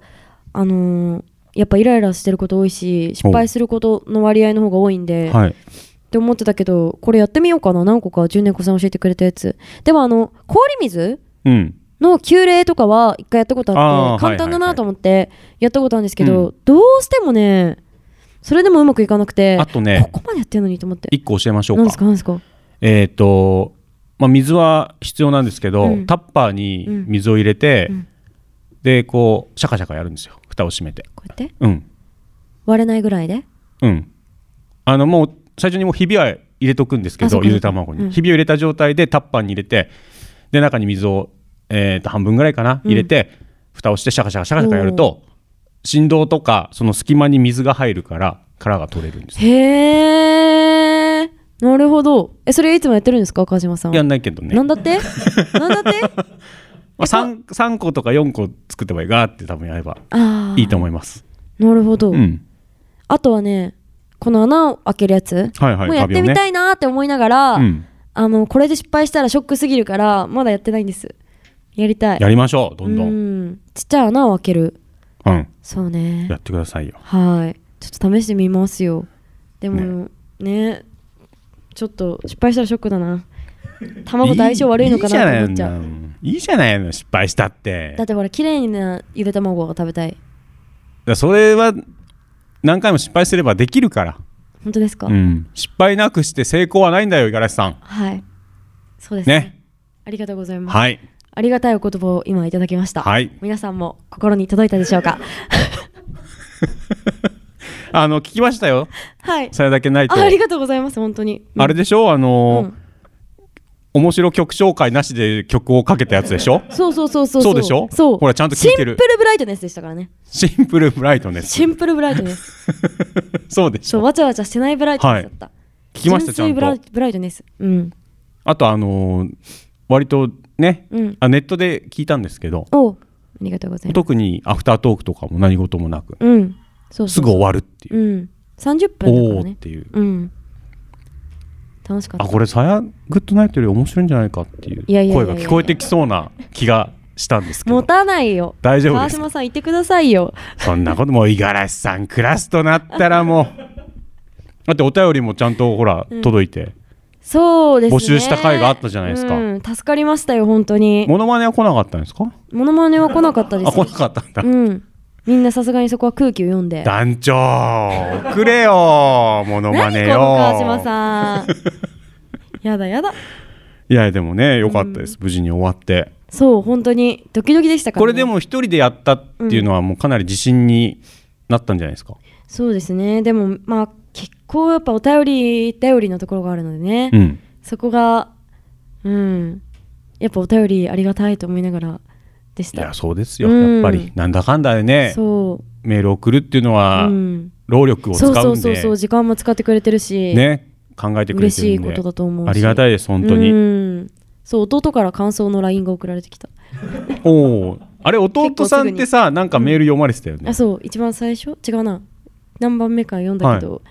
A: あのーやっぱイライラしてること多いし、失敗することの割合の方が多いんで、
B: はい
A: って思ってたけどこれやってみようかな何個か純猫さん教えてくれたやつでもあの氷水
B: うん
A: の急冷とかは一回やったことあっ
B: あー
A: て簡単だ
B: はいはいは
A: ないと思ってやったことあるんですけ
B: う
A: どどうしてもねそれでもうまくいかなくて
B: あとね
A: ここまでやってるのにと思って
B: 一個教えましょう
A: 何
B: か
A: ですか何ですか
B: えっ、と、まあ、水は必要なんですけど、
A: うん
B: タッパーに水を入れて、でこうシャカシャカやるんですよ蓋を閉めて
A: こうやって
B: うん
A: 割れないぐらいで
B: うんあのもう最初にもうひびは入れとくんですけ
A: あそ
B: ど
A: うか
B: ゆで卵に、
A: うん
B: ひびを入れた状態でタッパーに入れてで中に水を、えー、と半分ぐらいかな
A: うん
B: 入れて、蓋をしてシャカシャカシャカシャカやると振動とかその隙間に水が入るから殻が取れるんです
A: へーなるほどえそれいつもやってるんですか川島さんは
B: やんないけどね
A: なんだって
B: [LAUGHS]
A: なんだって
B: まあ、3, 3個とか4個作ってばいいガーって多分やれば
A: あー
B: いいと思います。
A: なるほど、
B: うん、
A: あとはねこの穴を開けるやつ、
B: はいはい
A: もうやってみたいなーって思いながら、
B: うん
A: あのこれで失敗したらショックすぎるからまだやってないんですやりたい
B: やりましょうどんどん、
A: うんちっちゃい穴を開ける
B: うん、
A: そうね
B: やってくださいよ。
A: はいちょっと試してみますよでもねちょっと失敗したらショックだ
B: [LAUGHS]
A: な卵と相性悪いのかなと思っちゃう
B: いいじゃないのいいじゃないの失敗したって
A: だってほら綺麗なゆで卵が食べたい
B: だそれは何回も失敗すればできるから、
A: 本当ですか、
B: うん、失敗なくして成功はないんだよ五十嵐さん
A: はいそうですね
B: ね
A: ありがとうございます、
B: はい
A: ありがたいお言葉を今いただきました、
B: はい
A: 皆さんも心に届いたでし
B: [LAUGHS]
A: ょうか
B: あの聞きましたよ
A: はい
B: それだけないと
A: あありがとうございます本当に
B: あれでしょあのー面白曲紹介なしで曲をかけたやつでしょ
A: そうそうそうそう
B: そうでしょ
A: そう
B: ほらちゃんと聞いてる
A: シンプルブライトネスでしたからね
B: シンプルブライトネス
A: シンプルブライトネス
B: そうでし
A: そうわちゃわちゃしてないブライトネスだった、
B: 聞きましたちゃ
A: 純粋
B: ん
A: ブラ
B: と
A: ブライトネスうん
B: あとあのー割とね、
A: うん
B: あネットで聞いたんですけど
A: おうありがとうございます
B: 特にアフタートークとかも何事もなく、
A: うんそうそうそう
B: すぐ終わるっていう
A: うん30分だから
B: おー
A: ね
B: っていう
A: うん楽しかった
B: あこれさやグッドナイトより面白いんじゃないかっていう
A: いやいやいやいや
B: 声が聞こえてきそうな気がしたんで
A: [LAUGHS]
B: すけど
A: 持たないよ
B: 大丈夫です
A: 川島さん言ってくださいよ
B: そんなこともう五十嵐さんクラスとなったらもうだってお便りもちゃんとほら、
A: うん
B: 届いて
A: そうですね
B: 募集した回があったじゃないですか
A: うん、助かりましたよ本当に
B: モノマネは来なかったんですか
A: モノマネは来なかったです
B: あ来なかったんだ、
A: うんみんなさすがにそこは空気を読んで
B: 団長くれよモノマネ
A: 何この川島
B: よ
A: さ
B: [LAUGHS]
A: んやだやだ
B: いやでもね良かったです、無事に終わって
A: そう本当にドキドキでしたから、ね、
B: これでも一人でやったっていうのはもうかなり自信になったんじゃないですか、
A: そうですねでもまあ結構やっぱお便り頼りのところがあるのでね、
B: うん
A: そこがうんやっぱお便りありがたいと思いながらでし
B: いや
A: た
B: そうですよ、
A: うん
B: やっぱりなんだかんだでね
A: そ
B: メール送るっていうのは、
A: うん
B: 労力を使
A: そううん
B: で
A: そうそうそう時間も使ってくれてるし
B: ね考えてくれてる
A: 嬉し
B: んで
A: いことだと思うし
B: ありがたいです本当に
A: うんそう弟から感想の LINE が送られてきた
B: おおあれ弟さんってさなんかメール読まれてたよね
A: あそう一番最初違うな何番目か読んだけど、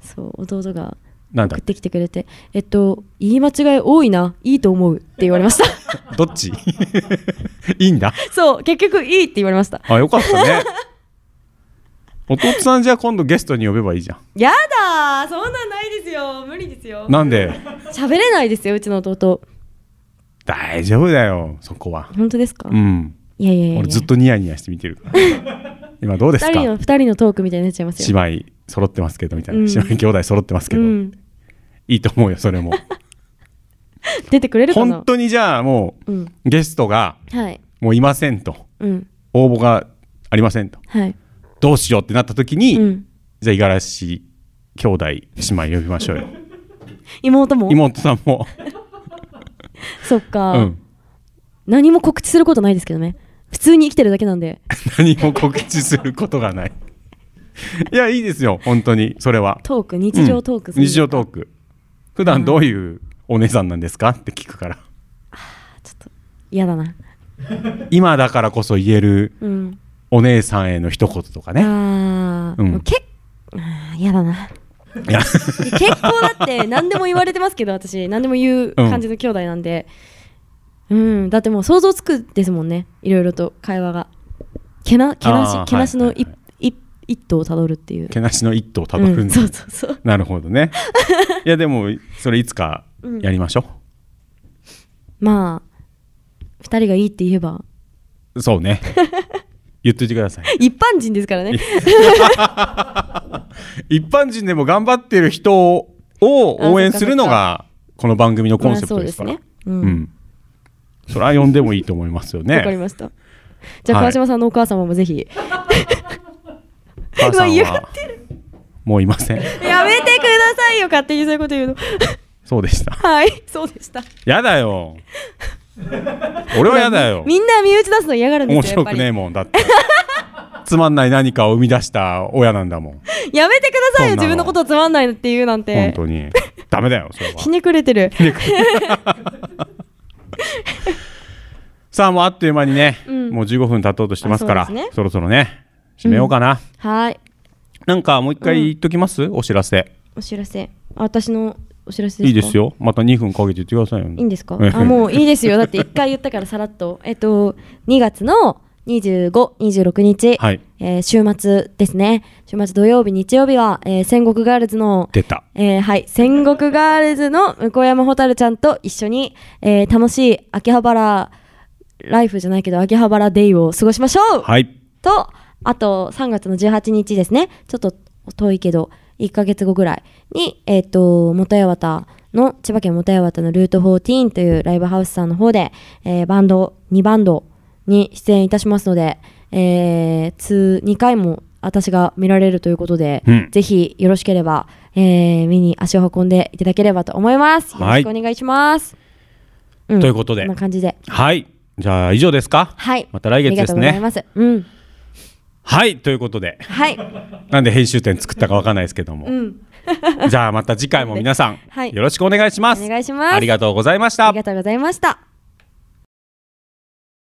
A: そう弟が
B: なんだ
A: 送ってきてくれてえっと言い間違い多いないいと思うって言われました
B: どっち [LAUGHS] いいんだ
A: [LAUGHS] そう結局いいって言われました
B: あよかったね弟さんじゃあ今度ゲストに呼べばいいじゃん
A: やだーそんなんないですよ無理ですよ
B: なんで
A: [LAUGHS] 喋れないですようちの弟
B: 大丈夫だよそこは
A: 本当ですか
B: うん
A: いやいやいや
B: 俺ずっとニヤニヤして見てるから今どうです
A: 二人の
B: か
A: 二人のトークみたいになっちゃいますよ
B: 姉妹揃ってますけどみたいな、
A: うん
B: 姉妹兄弟揃ってますけど、
A: うん
B: いいと思うよそ
A: [LAUGHS]
B: れも
A: 出てくれるかな
B: 本当にじゃあもう、
A: うん
B: ゲストが
A: はい
B: もういませんと
A: うん
B: 応募がありませんと
A: はい
B: どうしようってなった時に、
A: うん
B: じゃあ五十嵐兄弟姉妹呼びましょうよ
A: 妹も
B: 妹さんも
A: そっか、
B: うん
A: 何も告知することないですけどね普通に生きてるだけなんで
B: 何も告知することがない [LAUGHS] いやいいですよ本当にそれは
A: トーク日常トーク
B: うん日常トーク普段どういうお姉さんなんですかって聞くから
A: 嫌だな
B: 今だからこそ言える
A: うん
B: お姉さんへの一言とかね
A: あー、
B: うん
A: もうけあー嫌だない
B: や
A: 結構だって何でも言われてますけど私何でも言う感じの兄弟なんでうん、だってもう想像つくですもんねいろいろと会話がけなけな
B: あー
A: しけなしの一、一一途をたどるっていう
B: けなしの一途をたどるんだ、
A: うんそうそうそう
B: なるほ
A: [LAUGHS]
B: どねいやでもそれいつかやりましょ
A: まあ二人がいいって言えば
B: う、そう
A: [LAUGHS]
B: ね言っといてください
A: 一般人ですからね
B: 一般人でも頑張ってる人を応援するのがこの番組のコンセプトですから、
A: まあそうですねうん
B: それは呼んでもいいと思いますよ
A: わかり
B: ね
A: ましたじゃあ
B: はい
A: 川島さんのお母様もぜひ [LAUGHS]
B: 母さん
A: うわ言
B: はもういません
A: [LAUGHS] やめてくださいよ勝手にそういうこと
B: [LAUGHS]
A: 言うの
B: そうでした
A: はいそうでした
B: やだよ俺はやだよ
A: みんな身内出すの嫌がるん
B: 面
A: ですよや
B: 白
A: っぱ
B: く
A: り
B: ねえもんだってつまんない何かを生み出した親なんだもん
A: [LAUGHS] やめてくださいよ
B: そんなの
A: 自分のことをつまんないって言うなん
B: 本
A: て
B: 当にダメだよそ
A: [LAUGHS]
B: れは
A: ひねくれてる
B: さあもうあっという間にね、
A: うん
B: もう15分経とうとしてますから
A: あそ
B: そ,、
A: うですね
B: ろそろね締めようかな、
A: [LAUGHS] はい
B: なんかもう一回言っときます、お知らせ
A: お知らせあ私のお知らせですか
B: いいですよまた2分かけて言ってくださいよ
A: いいんですかあもういいですよだって一回言ったからさらっとえっと2月の2526日、
B: はい
A: えー週末ですね週末土曜日日曜日は、えー戦国ガールズの
B: 出た
A: えーはい戦国ガールズの向山蛍ちゃんと一緒に、えー楽しい秋葉原ライフじゃないけど秋葉原デイを過ごしましょう、
B: はい
A: とあと3月の18日ですねちょっと遠いけど1ヶ月後ぐらいにえっ、と元八幡の千葉県元八幡のルート14というライブハウスさんの方で、えーバンド2バンドに出演いたしますので、えー、つ2回も私が見られるということで、
B: うん
A: ぜひよろしければ、えー見に足を運んでいただければと思います。よろ
B: はい
A: しくお願いします。ん
B: ということで
A: こんな感じで。
B: はいじゃあ以上ですか
A: はい。
B: また来月です
A: あり
B: ね
A: がとうございます。うん。
B: はいということで [LAUGHS]
A: はい。
B: なんで編集点作ったかわかんないですけども
A: うん。
B: じゃあまた次回も皆さん、
A: はい
B: よろしくお願いします
A: お願いします
B: ありがとうございました
A: ありがとうございました。